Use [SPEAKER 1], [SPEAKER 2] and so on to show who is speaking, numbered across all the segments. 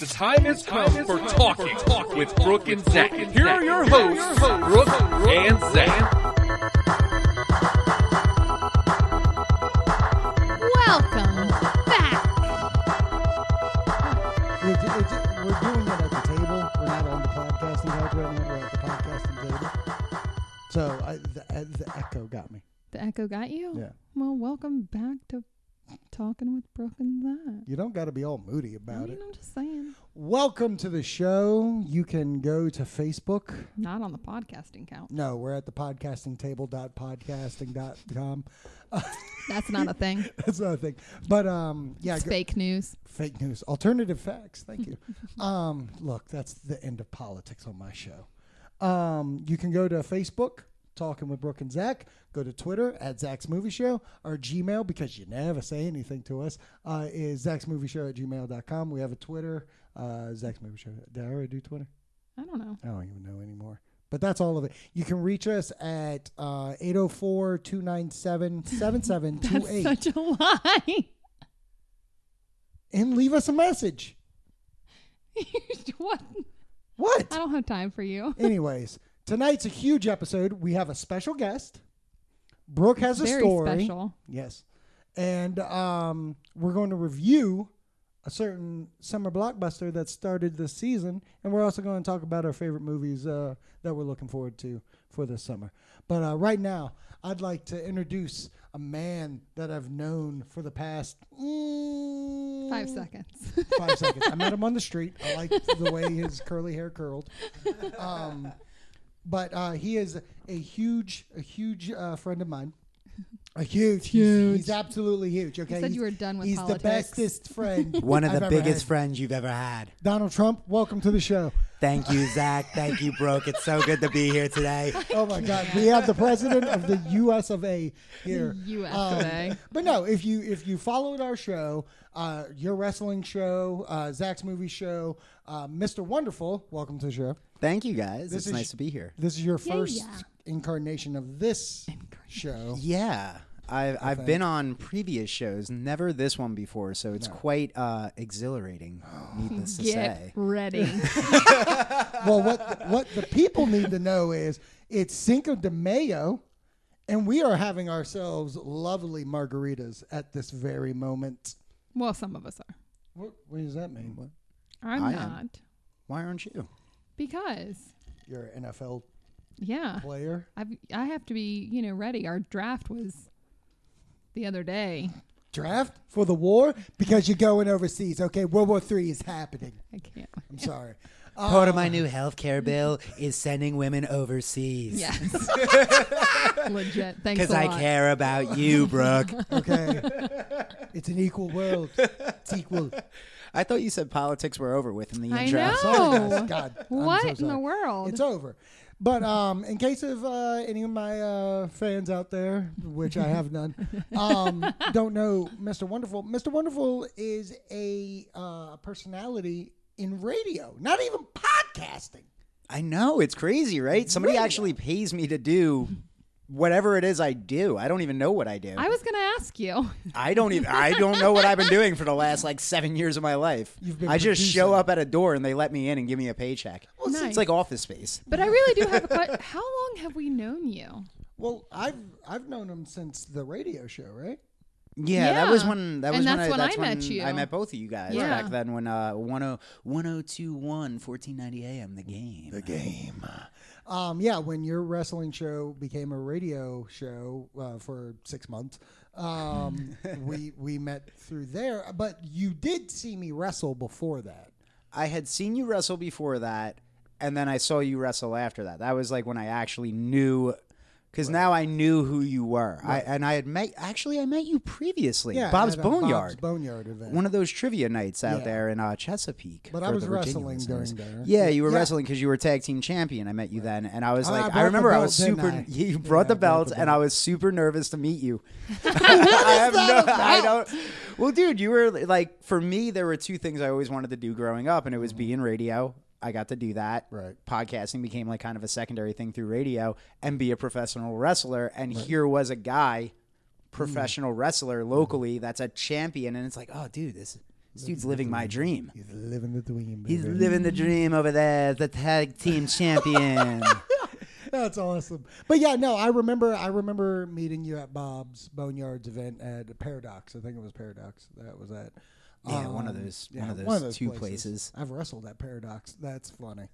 [SPEAKER 1] The time has come for talking talk with Brooke and Zach. Here are your hosts, Brooke and Zach.
[SPEAKER 2] Welcome back.
[SPEAKER 3] We're, do- we're do- we're doing it at the table. We're not on the podcasting couch right now. We're at the podcasting table. So I, the, uh, the echo got me.
[SPEAKER 2] The echo got you?
[SPEAKER 3] Yeah.
[SPEAKER 2] Well, welcome back to Talking with Brooke and Zach.
[SPEAKER 3] You don't got to be all moody
[SPEAKER 2] I
[SPEAKER 3] about
[SPEAKER 2] mean,
[SPEAKER 3] it.
[SPEAKER 2] I'm just saying.
[SPEAKER 3] Welcome to the show. You can go to Facebook.
[SPEAKER 2] Not on the podcasting count.
[SPEAKER 3] No, we're at the podcasting table dot podcasting dot com.
[SPEAKER 2] That's not a thing.
[SPEAKER 3] That's another thing. But um, yeah,
[SPEAKER 2] it's
[SPEAKER 3] go-
[SPEAKER 2] fake news.
[SPEAKER 3] fake news, alternative facts. Thank you. um, look, that's the end of politics on my show. Um, you can go to Facebook, talking with Brooke and Zach. Go to Twitter at Zach's Movie Show. Our Gmail, because you never say anything to us, uh, is Zach's Movie Show at gmail.com. We have a Twitter, uh, Zach's Movie Show. Did I already do Twitter?
[SPEAKER 2] I don't know.
[SPEAKER 3] I don't even know anymore. But that's all of it. You can reach us at uh, 804 297
[SPEAKER 2] That's
[SPEAKER 3] 7728
[SPEAKER 2] such a lie.
[SPEAKER 3] and leave us a message.
[SPEAKER 2] what?
[SPEAKER 3] What?
[SPEAKER 2] I don't have time for you.
[SPEAKER 3] Anyways, tonight's a huge episode. We have a special guest. Brooke has a
[SPEAKER 2] Very
[SPEAKER 3] story.
[SPEAKER 2] special.
[SPEAKER 3] Yes. And um, we're going to review a certain summer blockbuster that started this season. And we're also going to talk about our favorite movies uh, that we're looking forward to for this summer. But uh, right now, I'd like to introduce a man that I've known for the past mm,
[SPEAKER 2] Five seconds.
[SPEAKER 3] five seconds. I met him on the street. I liked the way his curly hair curled. Um, but uh, he is a huge, a huge uh, friend of mine. A huge, He's, he's
[SPEAKER 2] Huge.
[SPEAKER 3] absolutely huge. Okay,
[SPEAKER 2] said
[SPEAKER 3] He's-
[SPEAKER 2] you were done with
[SPEAKER 3] He's
[SPEAKER 2] politics.
[SPEAKER 3] the bestest friend.
[SPEAKER 4] One of
[SPEAKER 3] I've
[SPEAKER 4] the
[SPEAKER 3] ever
[SPEAKER 4] biggest
[SPEAKER 3] had.
[SPEAKER 4] friends you've ever had.
[SPEAKER 3] Donald Trump, welcome to the show.
[SPEAKER 4] Thank you, Zach. Thank you, Brooke. It's so good to be here today.
[SPEAKER 3] Oh my God, we have the president of the U.S. of A. here.
[SPEAKER 2] U.S.
[SPEAKER 3] Um,
[SPEAKER 2] of A.
[SPEAKER 3] But no, if you if you followed our show, uh, your wrestling show, uh, Zach's movie show, uh, Mr. Wonderful, welcome to the show.
[SPEAKER 4] Thank you, guys.
[SPEAKER 3] This
[SPEAKER 4] it's
[SPEAKER 3] is-
[SPEAKER 4] nice to be here.
[SPEAKER 3] This is your
[SPEAKER 2] Yeah,
[SPEAKER 3] first
[SPEAKER 2] yeah.
[SPEAKER 3] incarnation of this show.
[SPEAKER 4] Yeah. I've, I've been on previous shows, never this one before, so it's quite uh, exhilarating, needless to
[SPEAKER 2] Get
[SPEAKER 4] say.
[SPEAKER 2] ready.
[SPEAKER 3] Well, what what the people need to know is it's Cinco de Mayo, and we are having ourselves lovely margaritas at this very moment.
[SPEAKER 2] well, some of us are.
[SPEAKER 3] What, what does that mean?
[SPEAKER 2] I'm
[SPEAKER 4] I am.
[SPEAKER 2] not.
[SPEAKER 4] Why aren't you?
[SPEAKER 2] Because,
[SPEAKER 3] You're an NFL
[SPEAKER 2] yeah.
[SPEAKER 3] player.
[SPEAKER 2] I've, I have to be, you know, ready. Our draft was the other day.
[SPEAKER 3] Draft for the war because you're going overseas. Okay, World War Three is happening.
[SPEAKER 2] I can't.
[SPEAKER 3] I'm sorry.
[SPEAKER 4] Part of my new health care bill is sending women overseas.
[SPEAKER 2] Yes. Legit. Thanks
[SPEAKER 4] Because
[SPEAKER 2] a
[SPEAKER 4] I
[SPEAKER 2] lot.
[SPEAKER 4] care about you, Brooke.
[SPEAKER 3] Okay, it's an equal world. It's equal.
[SPEAKER 4] I thought you said politics were over with in the
[SPEAKER 2] I
[SPEAKER 4] intro.
[SPEAKER 2] know.
[SPEAKER 3] Sorry, guys. God, I'm so
[SPEAKER 2] Oh. What in the
[SPEAKER 3] sorry.
[SPEAKER 2] world?
[SPEAKER 3] It's over. But um, in case of uh, any of my uh, fans out there, which I have none, um, don't know Mr. Wonderful. Mr. Wonderful is a uh, personality in radio, not even podcasting.
[SPEAKER 4] I know it's crazy, right? Somebody actually pays me to do whatever it is I do. I don't even know what I do.
[SPEAKER 2] I was going to ask you.
[SPEAKER 4] I don't even. I don't know what I've been doing for the last like seven years of my life.
[SPEAKER 3] You've been
[SPEAKER 4] I just show
[SPEAKER 3] producing.
[SPEAKER 4] up at a door and they let me in and give me a paycheck.
[SPEAKER 2] Nice.
[SPEAKER 4] It's like Office Space.
[SPEAKER 2] But I really do have a question. How long have we known you?
[SPEAKER 3] Well, I've I've known him since the radio show, right?
[SPEAKER 4] Yeah, that was
[SPEAKER 2] Yeah.
[SPEAKER 4] when that
[SPEAKER 2] And
[SPEAKER 4] was when,
[SPEAKER 2] that's
[SPEAKER 4] I,
[SPEAKER 2] when I
[SPEAKER 4] that's
[SPEAKER 2] met
[SPEAKER 4] when
[SPEAKER 2] you.
[SPEAKER 4] I met both of you guys
[SPEAKER 2] Yeah.
[SPEAKER 4] back then when uh 10- 1021 1490 a.m. the game. The
[SPEAKER 3] Game. Um, yeah, when your wrestling show became a radio show uh, for six months, um, we we met through there. But you did see me wrestle before that.
[SPEAKER 4] I had seen you wrestle before that, and then I saw you wrestle after that. That was like when I actually knew, because now I knew who you were. I and I had met actually I met you previously, Bob's
[SPEAKER 3] at a Bob's
[SPEAKER 4] Boneyard,
[SPEAKER 3] Boneyard event.
[SPEAKER 4] one of those trivia nights out
[SPEAKER 3] Yeah.
[SPEAKER 4] there in uh, Chesapeake.
[SPEAKER 3] But I
[SPEAKER 4] for
[SPEAKER 3] was
[SPEAKER 4] the Virginia
[SPEAKER 3] wrestling
[SPEAKER 4] listeners.
[SPEAKER 3] during there.
[SPEAKER 4] Yeah, you were
[SPEAKER 3] Yeah.
[SPEAKER 4] wrestling because you were tag team champion. I met you then, and I was
[SPEAKER 3] I
[SPEAKER 4] like,
[SPEAKER 3] brought
[SPEAKER 4] I
[SPEAKER 3] the
[SPEAKER 4] remember I
[SPEAKER 3] belt,
[SPEAKER 4] was
[SPEAKER 3] didn't
[SPEAKER 4] super.
[SPEAKER 3] I?
[SPEAKER 4] You
[SPEAKER 3] Yeah, I
[SPEAKER 4] brought the
[SPEAKER 3] brought
[SPEAKER 4] belt,
[SPEAKER 3] the
[SPEAKER 4] and
[SPEAKER 3] belt.
[SPEAKER 4] I was super nervous to meet you. I have no. I don't. Well, dude, you were like for me. There were two things I always wanted to do growing up, and it was be in radio. I got to do that.
[SPEAKER 3] Mm-hmm. Right.
[SPEAKER 4] Podcasting became like kind of a secondary thing through radio, and be a professional wrestler. And here was Mm. a guy, professional wrestler locally, that's a champion, and it's like, oh, dude, this This dude's living my dream.
[SPEAKER 3] He's living the dream.
[SPEAKER 4] He's
[SPEAKER 3] baby.
[SPEAKER 4] living the dream over there as the tag team champion.
[SPEAKER 3] That's awesome. But yeah, no, I remember. I remember meeting you at Bob's Boneyards event at Paradox. I think it was Paradox. That was at.
[SPEAKER 4] Um,
[SPEAKER 3] Uh,
[SPEAKER 4] Yeah, one of those- one of those Oh, two places.
[SPEAKER 3] I've wrestled at Paradox. That's funny.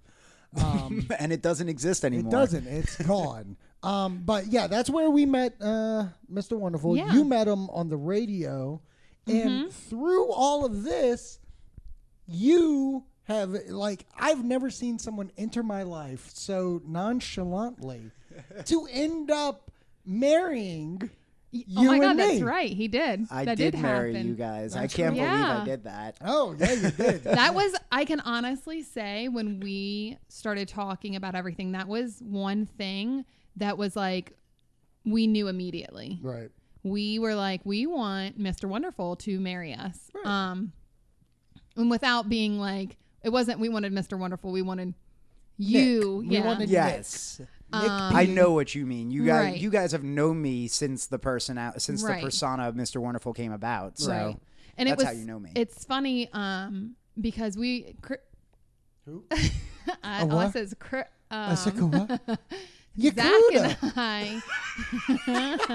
[SPEAKER 3] Um,
[SPEAKER 4] and it doesn't exist anymore.
[SPEAKER 3] it doesn't. It's gone. um, but yeah, that's where we met uh, Mr. Wonderful.
[SPEAKER 2] Yeah. Mm-hmm.
[SPEAKER 3] You met him on the radio, and through all of this, you have like I've never seen someone enter my life so nonchalantly to end up marrying you
[SPEAKER 2] oh my god,
[SPEAKER 3] and
[SPEAKER 2] that's
[SPEAKER 3] me.
[SPEAKER 2] right. He did.
[SPEAKER 4] I
[SPEAKER 2] that
[SPEAKER 4] did,
[SPEAKER 2] did,
[SPEAKER 4] marry
[SPEAKER 2] happen.
[SPEAKER 4] you guys. I
[SPEAKER 3] That's
[SPEAKER 4] can't
[SPEAKER 2] right.
[SPEAKER 4] believe I
[SPEAKER 2] Yeah.
[SPEAKER 4] did that.
[SPEAKER 3] Oh yeah, you did.
[SPEAKER 2] That was I can honestly say when we started talking about everything, that was one thing that was like we knew immediately.
[SPEAKER 3] right.
[SPEAKER 2] we were like, we want Mr. Wonderful to marry us. Um, and without being like, it wasn't we wanted Mr. Wonderful, we wanted you.
[SPEAKER 3] We
[SPEAKER 2] Yeah.
[SPEAKER 3] wanted-
[SPEAKER 4] Yes.
[SPEAKER 2] Um,
[SPEAKER 4] I know what you mean. You guys,
[SPEAKER 2] Right.
[SPEAKER 4] you guys have known me since the person out, since
[SPEAKER 2] Right.
[SPEAKER 4] the persona of Mr. Wonderful came about. So
[SPEAKER 2] Right. And
[SPEAKER 4] that's
[SPEAKER 2] it was,
[SPEAKER 4] how you know me.
[SPEAKER 2] It's funny um, because we. Cr-
[SPEAKER 3] Who?
[SPEAKER 2] I,
[SPEAKER 3] A
[SPEAKER 2] all I
[SPEAKER 3] what?
[SPEAKER 2] said is cr-
[SPEAKER 3] I said,
[SPEAKER 2] um,
[SPEAKER 3] "What?
[SPEAKER 2] Zach
[SPEAKER 3] Yakuda."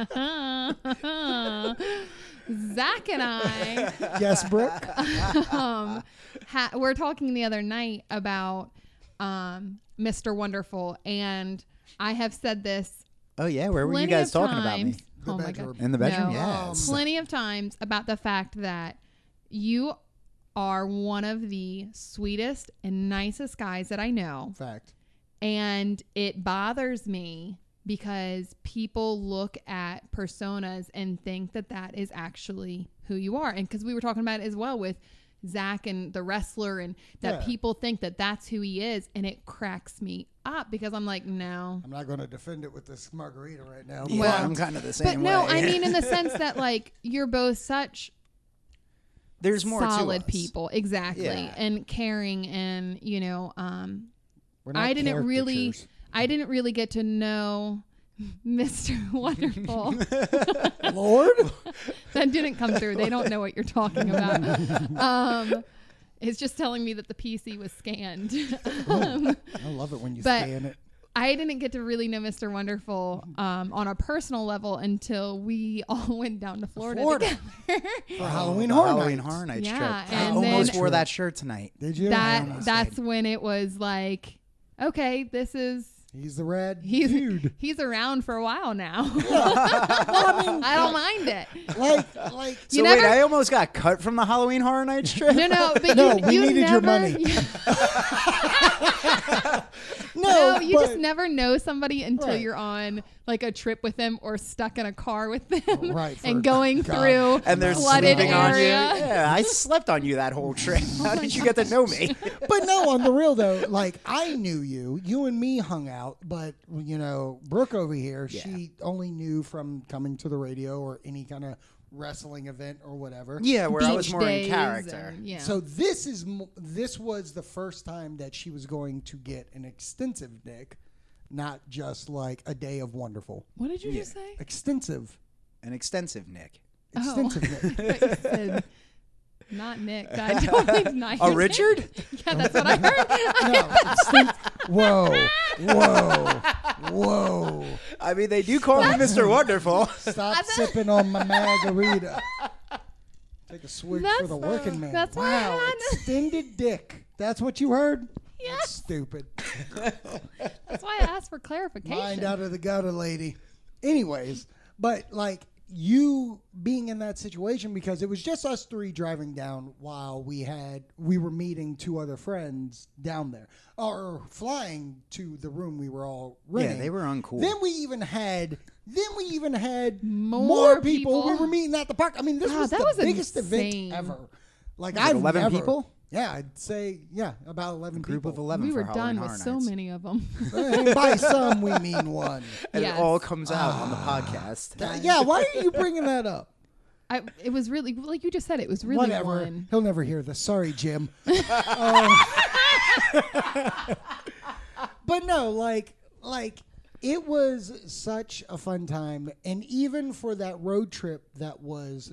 [SPEAKER 2] and I. Zach and I
[SPEAKER 3] yes, Brooke.
[SPEAKER 2] um, ha- we're talking the other night about um, Mr. Wonderful, and I have said this
[SPEAKER 4] oh yeah, where were you
[SPEAKER 2] plenty
[SPEAKER 4] guys
[SPEAKER 2] of
[SPEAKER 4] talking about me?
[SPEAKER 2] times. oh my
[SPEAKER 3] bedroom.
[SPEAKER 2] god,
[SPEAKER 4] In the bedroom?
[SPEAKER 2] No.
[SPEAKER 4] Yes.
[SPEAKER 2] plenty of times about the fact that you are one of the sweetest and nicest guys that I know,
[SPEAKER 3] Fact.
[SPEAKER 2] and it bothers me because people look at personas and think that that is actually who you are and because we were talking about it as well with zach and the wrestler and that
[SPEAKER 3] Yeah.
[SPEAKER 2] people think that that's who he is and it cracks me up because i'm like no
[SPEAKER 3] I'm not going to defend it with this margarita right now.
[SPEAKER 4] Yeah,
[SPEAKER 2] Well-
[SPEAKER 4] I'm kind of the
[SPEAKER 2] but
[SPEAKER 4] same
[SPEAKER 2] no
[SPEAKER 4] way.
[SPEAKER 2] i mean in the sense that like you're both such
[SPEAKER 4] there's more to
[SPEAKER 2] solid
[SPEAKER 4] us.
[SPEAKER 2] people exactly
[SPEAKER 4] Yeah.
[SPEAKER 2] and caring and you know um
[SPEAKER 3] We're not
[SPEAKER 2] I didn't really
[SPEAKER 3] caricatures.
[SPEAKER 2] I didn't really get to know Mr. Wonderful.
[SPEAKER 3] Lord.
[SPEAKER 2] that didn't come through. They don't know what you're talking about. Um it's just telling me that the PC was scanned. Um,
[SPEAKER 3] I love it when you
[SPEAKER 2] But-
[SPEAKER 3] scan it.
[SPEAKER 2] I didn't get to really know Mr. Wonderful um, on a personal level until we all went down to Florida,
[SPEAKER 3] Florida.
[SPEAKER 2] together.
[SPEAKER 3] for Oh, Halloween
[SPEAKER 4] the
[SPEAKER 3] Horror
[SPEAKER 4] Halloween
[SPEAKER 3] Nights.
[SPEAKER 4] Horror Nights
[SPEAKER 2] Yeah,
[SPEAKER 4] trip. I
[SPEAKER 2] and
[SPEAKER 4] almost
[SPEAKER 2] then-
[SPEAKER 4] wore that shirt tonight.
[SPEAKER 3] Did you?
[SPEAKER 2] that that's when it was like, okay, this is
[SPEAKER 3] he's the red
[SPEAKER 2] he's
[SPEAKER 3] dude.
[SPEAKER 2] he's around for a while now. I don't mind it.
[SPEAKER 3] Like, like
[SPEAKER 4] So
[SPEAKER 2] You
[SPEAKER 4] wait,
[SPEAKER 2] never-
[SPEAKER 4] I almost got cut from the Halloween Horror Nights trip.
[SPEAKER 2] No, no, but
[SPEAKER 3] No,
[SPEAKER 2] you,
[SPEAKER 3] we
[SPEAKER 2] you
[SPEAKER 3] needed
[SPEAKER 2] never,
[SPEAKER 3] your money.
[SPEAKER 2] no,
[SPEAKER 3] no,
[SPEAKER 2] you
[SPEAKER 3] but,
[SPEAKER 2] just never know somebody until
[SPEAKER 3] Right.
[SPEAKER 2] you're on like a trip with them or stuck in a car with them
[SPEAKER 3] Right, for
[SPEAKER 2] and going
[SPEAKER 3] God.
[SPEAKER 2] through
[SPEAKER 4] and they're
[SPEAKER 2] flooded
[SPEAKER 4] sleeping on you.
[SPEAKER 2] area. Oh
[SPEAKER 4] Yeah, I slept on you that whole trip. How did you get to know me?
[SPEAKER 3] but no, on the real though, like I knew you. You and me hung out, but you know, Brooke over here, she only knew from coming to the radio or any kind of wrestling event or whatever.
[SPEAKER 4] Yeah, where I
[SPEAKER 2] Beach
[SPEAKER 4] was more in
[SPEAKER 2] days
[SPEAKER 4] character.
[SPEAKER 2] and- yeah.
[SPEAKER 3] So this is m- this was the first time that she was going to get an extensive dick, not just like a day of wonderful.
[SPEAKER 2] what did you just say?
[SPEAKER 3] Extensive,
[SPEAKER 4] An extensive Nick.
[SPEAKER 2] Oh.
[SPEAKER 3] extensive dick.
[SPEAKER 2] I thought you said, Not Nick. I don't think not
[SPEAKER 4] A Oh, Richard?
[SPEAKER 2] Yeah, that's what I heard.
[SPEAKER 3] No, extent- whoa, whoa, whoa!
[SPEAKER 4] I mean, they do call me Mr. Wonderful.
[SPEAKER 3] Stop sipping on my margarita. Take a swig for
[SPEAKER 2] That's-
[SPEAKER 3] the working man.
[SPEAKER 2] that's what I
[SPEAKER 3] wow,
[SPEAKER 2] had.
[SPEAKER 3] extended dick. That's what you heard.
[SPEAKER 2] Yeah.
[SPEAKER 3] That's stupid.
[SPEAKER 2] That's why I asked for clarification.
[SPEAKER 3] Mind out of the gutter, lady. Anyways, but like you being in that situation because it was just us three driving down while we had we were meeting two other friends down there or flying to the room we were all renting.
[SPEAKER 4] they were uncool.
[SPEAKER 3] Then we even had then we even had more,
[SPEAKER 2] More
[SPEAKER 3] people. we
[SPEAKER 2] people.
[SPEAKER 3] were meeting at the park. I mean, this
[SPEAKER 2] Wow,
[SPEAKER 3] was
[SPEAKER 2] that
[SPEAKER 3] the
[SPEAKER 2] was
[SPEAKER 3] biggest
[SPEAKER 2] insane.
[SPEAKER 3] event ever. Like
[SPEAKER 4] Was it
[SPEAKER 3] I've
[SPEAKER 4] 11
[SPEAKER 3] never-
[SPEAKER 4] people?
[SPEAKER 3] Yeah, I'd say yeah, about eleven
[SPEAKER 4] Group of
[SPEAKER 3] people.
[SPEAKER 4] 11
[SPEAKER 2] we
[SPEAKER 4] for
[SPEAKER 2] were
[SPEAKER 4] Halloween
[SPEAKER 2] done with
[SPEAKER 4] Horror
[SPEAKER 2] so
[SPEAKER 4] Nights.
[SPEAKER 2] many of them.
[SPEAKER 3] By some we mean one.
[SPEAKER 4] And
[SPEAKER 2] Yes. Ah.
[SPEAKER 4] it all comes out on the podcast.
[SPEAKER 3] Uh, yeah, why are you bringing that up?
[SPEAKER 2] I, it was really like you just said. It was really
[SPEAKER 3] Whatever.
[SPEAKER 2] one.
[SPEAKER 3] He'll never hear this. Sorry, Jim. Uh, um, but no, like, like it was such a fun time, and even for that road trip that was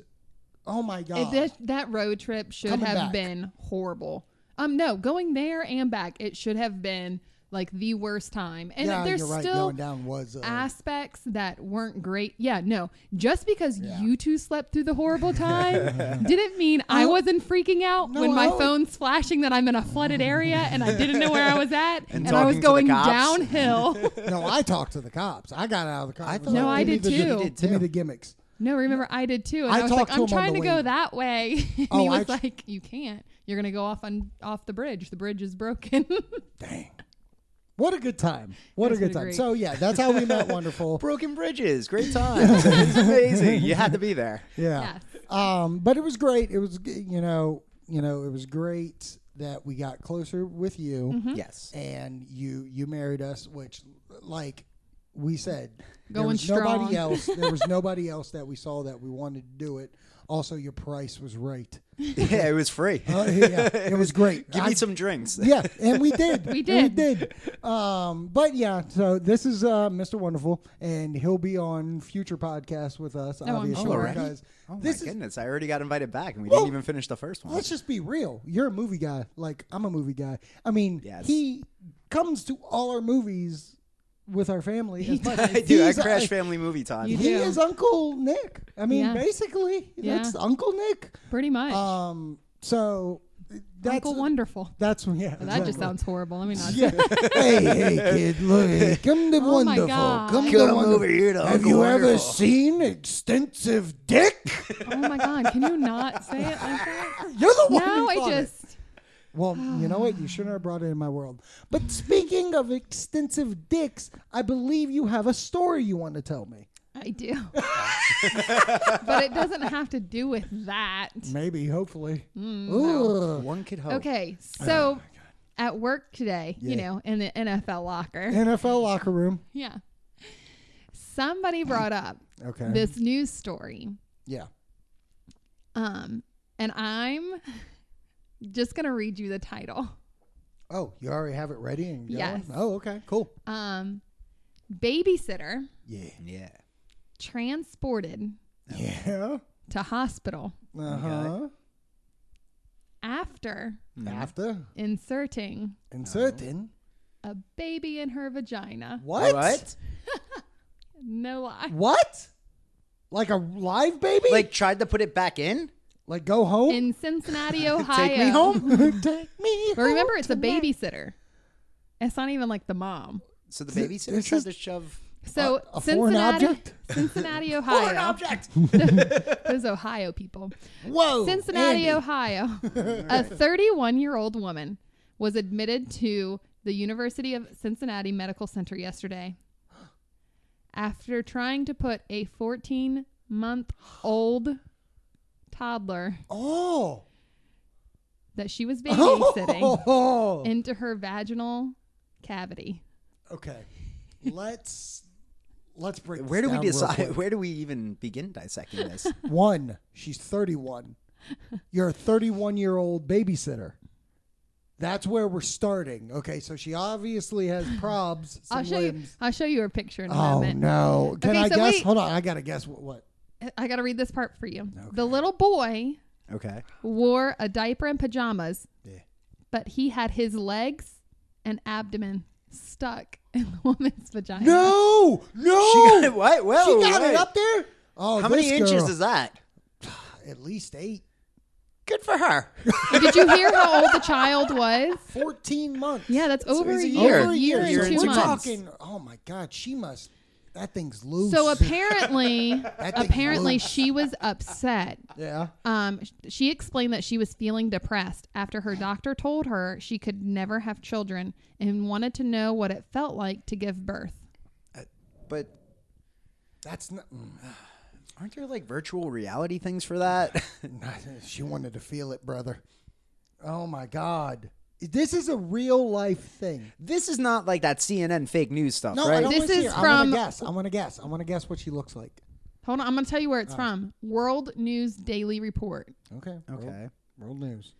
[SPEAKER 3] Oh my god.
[SPEAKER 2] It- that, that road trip should
[SPEAKER 3] Coming
[SPEAKER 2] have
[SPEAKER 3] back.
[SPEAKER 2] been horrible. Um, no, going there and back, it should have been like the worst time. And
[SPEAKER 3] yeah,
[SPEAKER 2] there's
[SPEAKER 3] you're right.
[SPEAKER 2] still
[SPEAKER 3] Going down was. Uh,
[SPEAKER 2] aspects that weren't great. Yeah, no. Just because
[SPEAKER 3] Yeah.
[SPEAKER 2] you two slept through the horrible time didn't mean I wasn't freaking out
[SPEAKER 3] No,
[SPEAKER 2] when my
[SPEAKER 3] I would-
[SPEAKER 2] phone's flashing that I'm in a flooded area and I didn't know where I was at
[SPEAKER 4] And
[SPEAKER 2] and, I was
[SPEAKER 4] talking to the
[SPEAKER 2] going
[SPEAKER 4] cops.
[SPEAKER 2] downhill.
[SPEAKER 3] no, I talked to the cops. I got out of the car.
[SPEAKER 4] I
[SPEAKER 3] and was
[SPEAKER 4] thought
[SPEAKER 2] No, I
[SPEAKER 3] "Give me
[SPEAKER 2] did
[SPEAKER 3] the gi-
[SPEAKER 2] too. You
[SPEAKER 4] did
[SPEAKER 3] Give me
[SPEAKER 4] too.
[SPEAKER 3] the gimmicks.
[SPEAKER 2] no, remember I did too. And
[SPEAKER 3] I
[SPEAKER 2] I, was
[SPEAKER 3] talked
[SPEAKER 2] like,
[SPEAKER 3] to him
[SPEAKER 2] I'm
[SPEAKER 3] on
[SPEAKER 2] trying
[SPEAKER 3] the
[SPEAKER 2] to go
[SPEAKER 3] way."
[SPEAKER 2] that way. and
[SPEAKER 3] Oh,
[SPEAKER 2] he was
[SPEAKER 3] I-
[SPEAKER 2] like, You can't. You're gonna go off on off the bridge. The bridge is broken.
[SPEAKER 3] Dang. What a good time. What a
[SPEAKER 2] That's
[SPEAKER 3] good
[SPEAKER 2] been
[SPEAKER 3] time.
[SPEAKER 2] great.
[SPEAKER 3] So yeah, that's how we met wonderful.
[SPEAKER 4] Broken bridges, great times. it's amazing. You had to be there.
[SPEAKER 3] Yeah.
[SPEAKER 2] Yes.
[SPEAKER 3] Um, but it was great. It was g- you know, you know, it was great that we got closer with you
[SPEAKER 2] Mm-hmm.
[SPEAKER 4] Yes.
[SPEAKER 3] and you you married us, which like we said there
[SPEAKER 2] Going
[SPEAKER 3] was
[SPEAKER 2] strong.
[SPEAKER 3] nobody else there was nobody else that we saw that we wanted to do it. Also your price was right.
[SPEAKER 4] Yeah, it was free.
[SPEAKER 3] Uh, yeah, it was great.
[SPEAKER 4] Give
[SPEAKER 3] I-
[SPEAKER 4] me some drinks.
[SPEAKER 3] yeah, and we did.
[SPEAKER 2] We
[SPEAKER 3] And
[SPEAKER 2] did.
[SPEAKER 3] we did. Um, but yeah, so this is uh, Mr. Wonderful, and he'll be on future podcasts with us,
[SPEAKER 2] Oh, I'm
[SPEAKER 3] obviously,
[SPEAKER 2] sure.
[SPEAKER 3] because
[SPEAKER 4] Oh
[SPEAKER 3] this
[SPEAKER 4] my
[SPEAKER 3] is.
[SPEAKER 4] goodness! I already got invited back, and we
[SPEAKER 3] Well,
[SPEAKER 4] didn't even finish the first one.
[SPEAKER 3] Let's just be real. You're a movie guy. Like I'm a movie guy. I mean,
[SPEAKER 4] Yes.
[SPEAKER 3] he comes to all our movies with our family. As much.
[SPEAKER 4] I do. I
[SPEAKER 3] He's, uh,
[SPEAKER 4] crash family movie time.
[SPEAKER 2] You
[SPEAKER 3] He
[SPEAKER 2] do.
[SPEAKER 3] is Uncle Nick. I mean,
[SPEAKER 2] Yeah.
[SPEAKER 3] basically,
[SPEAKER 2] Yeah.
[SPEAKER 3] that's Uncle Nick.
[SPEAKER 2] Pretty much.
[SPEAKER 3] Um, so that's
[SPEAKER 2] Uncle Wonderful.
[SPEAKER 3] That's yeah.
[SPEAKER 2] That just
[SPEAKER 3] exactly.
[SPEAKER 2] sounds horrible. Let me not
[SPEAKER 3] Yeah. hey, hey, kid, look. Come to
[SPEAKER 2] my
[SPEAKER 3] wonderful.
[SPEAKER 2] God.
[SPEAKER 3] Come to
[SPEAKER 4] Come
[SPEAKER 3] wonderful.
[SPEAKER 4] over here to
[SPEAKER 3] Have
[SPEAKER 4] Uncle
[SPEAKER 3] you ever
[SPEAKER 4] Wonderful.
[SPEAKER 3] seen extensive dick?
[SPEAKER 2] Oh my god, can you not say it like that?
[SPEAKER 3] You're the one.
[SPEAKER 2] No,
[SPEAKER 3] who
[SPEAKER 2] I
[SPEAKER 3] thought it.
[SPEAKER 2] just
[SPEAKER 3] Well, you know what? You shouldn't have brought it in my world. But speaking of extensive dicks, I believe you have a story you want to tell me.
[SPEAKER 2] I do. but it doesn't have to do with that.
[SPEAKER 3] Maybe, hopefully.
[SPEAKER 2] Mm,
[SPEAKER 3] Ooh.
[SPEAKER 4] One could hope.
[SPEAKER 2] Okay,
[SPEAKER 3] Oh
[SPEAKER 2] so at work today, you know, in the NFL locker.
[SPEAKER 3] NFL locker room.
[SPEAKER 2] Yeah. Somebody brought up
[SPEAKER 3] Okay.
[SPEAKER 2] this news story.
[SPEAKER 3] yeah.
[SPEAKER 2] Um, and I'm just going to read you the title.
[SPEAKER 3] Oh, you already have it ready and going?
[SPEAKER 2] Yes.
[SPEAKER 3] Oh, okay. Cool.
[SPEAKER 2] Um, babysitter
[SPEAKER 3] Yeah.
[SPEAKER 4] Yeah.
[SPEAKER 2] transported
[SPEAKER 3] Yeah.
[SPEAKER 2] to hospital
[SPEAKER 3] Uh huh.
[SPEAKER 2] after
[SPEAKER 3] Mm-hmm. After
[SPEAKER 2] inserting
[SPEAKER 3] inserting.
[SPEAKER 2] a baby in her vagina.
[SPEAKER 3] What?
[SPEAKER 4] What?
[SPEAKER 2] No lie.
[SPEAKER 3] What? Like a live baby?
[SPEAKER 4] Like tried to put it back in.
[SPEAKER 3] like go home?
[SPEAKER 2] In Cincinnati, Ohio.
[SPEAKER 4] Take me home.
[SPEAKER 3] Take me.
[SPEAKER 2] But remember, it's a
[SPEAKER 3] baby.
[SPEAKER 2] babysitter. It's not even like the mom.
[SPEAKER 4] So the
[SPEAKER 3] Th-
[SPEAKER 4] babysitter
[SPEAKER 3] this
[SPEAKER 4] tried
[SPEAKER 3] is-
[SPEAKER 4] to shove.
[SPEAKER 2] So
[SPEAKER 3] A- a foreign
[SPEAKER 2] Cincinnati,
[SPEAKER 3] object?
[SPEAKER 2] Cincinnati, Ohio.
[SPEAKER 4] object.
[SPEAKER 2] Those Ohio people.
[SPEAKER 3] Whoa.
[SPEAKER 2] Cincinnati,
[SPEAKER 3] Oh, Andy.
[SPEAKER 2] Ohio. A 31 year old woman was admitted to the University of Cincinnati Medical Center yesterday after trying to put a 14 month old toddler
[SPEAKER 3] Oh.
[SPEAKER 2] that she was babysitting
[SPEAKER 3] Oh.
[SPEAKER 2] into her vaginal cavity.
[SPEAKER 3] okay. Let's let's break. this
[SPEAKER 4] Where do we
[SPEAKER 3] down real
[SPEAKER 4] decide?
[SPEAKER 3] quick.
[SPEAKER 4] Where do we even begin dissecting this?
[SPEAKER 3] One, she's thirty-one. You're a thirty-one-year-old babysitter. That's where we're starting. Okay, so she obviously has probs. Some
[SPEAKER 2] I'll show you.
[SPEAKER 3] limbs.
[SPEAKER 2] I'll show you a picture in a
[SPEAKER 3] Oh
[SPEAKER 2] moment.
[SPEAKER 3] no! Can
[SPEAKER 2] Okay,
[SPEAKER 3] I
[SPEAKER 2] so
[SPEAKER 3] guess?
[SPEAKER 2] wait.
[SPEAKER 3] Hold on, I gotta guess what. what?
[SPEAKER 2] I got to read this part for you. The little boy
[SPEAKER 4] Okay.
[SPEAKER 2] wore a diaper and pajamas,
[SPEAKER 3] Yeah.
[SPEAKER 2] but he had his legs and abdomen stuck in the woman's vagina.
[SPEAKER 3] No! No!
[SPEAKER 4] She got it. What? Whoa.
[SPEAKER 3] Oh! She got
[SPEAKER 4] wait.
[SPEAKER 3] it up there. Oh,
[SPEAKER 4] How many
[SPEAKER 3] this
[SPEAKER 4] inches
[SPEAKER 3] girl.
[SPEAKER 4] is that?
[SPEAKER 3] At least eight.
[SPEAKER 4] Good for her.
[SPEAKER 2] Did you hear how old the child was?
[SPEAKER 3] Fourteen months.
[SPEAKER 2] Yeah, that's over
[SPEAKER 4] it's
[SPEAKER 2] a
[SPEAKER 4] a
[SPEAKER 2] year.
[SPEAKER 4] year.
[SPEAKER 2] Over a year,
[SPEAKER 4] Year and
[SPEAKER 2] and two
[SPEAKER 4] six
[SPEAKER 3] We're
[SPEAKER 2] months.
[SPEAKER 3] talking. Oh my God, she must. That thing's loose.
[SPEAKER 2] So apparently,
[SPEAKER 3] thing's
[SPEAKER 2] apparently
[SPEAKER 3] loose.
[SPEAKER 2] she was upset.
[SPEAKER 3] yeah.
[SPEAKER 2] Um, sh- she explained that she was feeling depressed after her doctor told her she could never have children and wanted to know what it felt like to give birth.
[SPEAKER 4] But
[SPEAKER 3] That's not. mm,
[SPEAKER 4] aren't there like virtual reality things for that?
[SPEAKER 3] She wanted to feel it, brother. Oh my God, this is a real life thing.
[SPEAKER 4] this is not like that CNN fake news stuff,
[SPEAKER 3] No, I
[SPEAKER 4] right?
[SPEAKER 3] don't
[SPEAKER 2] This
[SPEAKER 3] wanna see
[SPEAKER 2] is
[SPEAKER 3] her. I want
[SPEAKER 2] from-
[SPEAKER 3] to guess. I want to guess. I want to guess what she looks like.
[SPEAKER 2] Hold on, I'm gonna tell you where it's from. World News Daily Report.
[SPEAKER 3] Okay.
[SPEAKER 4] Okay.
[SPEAKER 3] World news.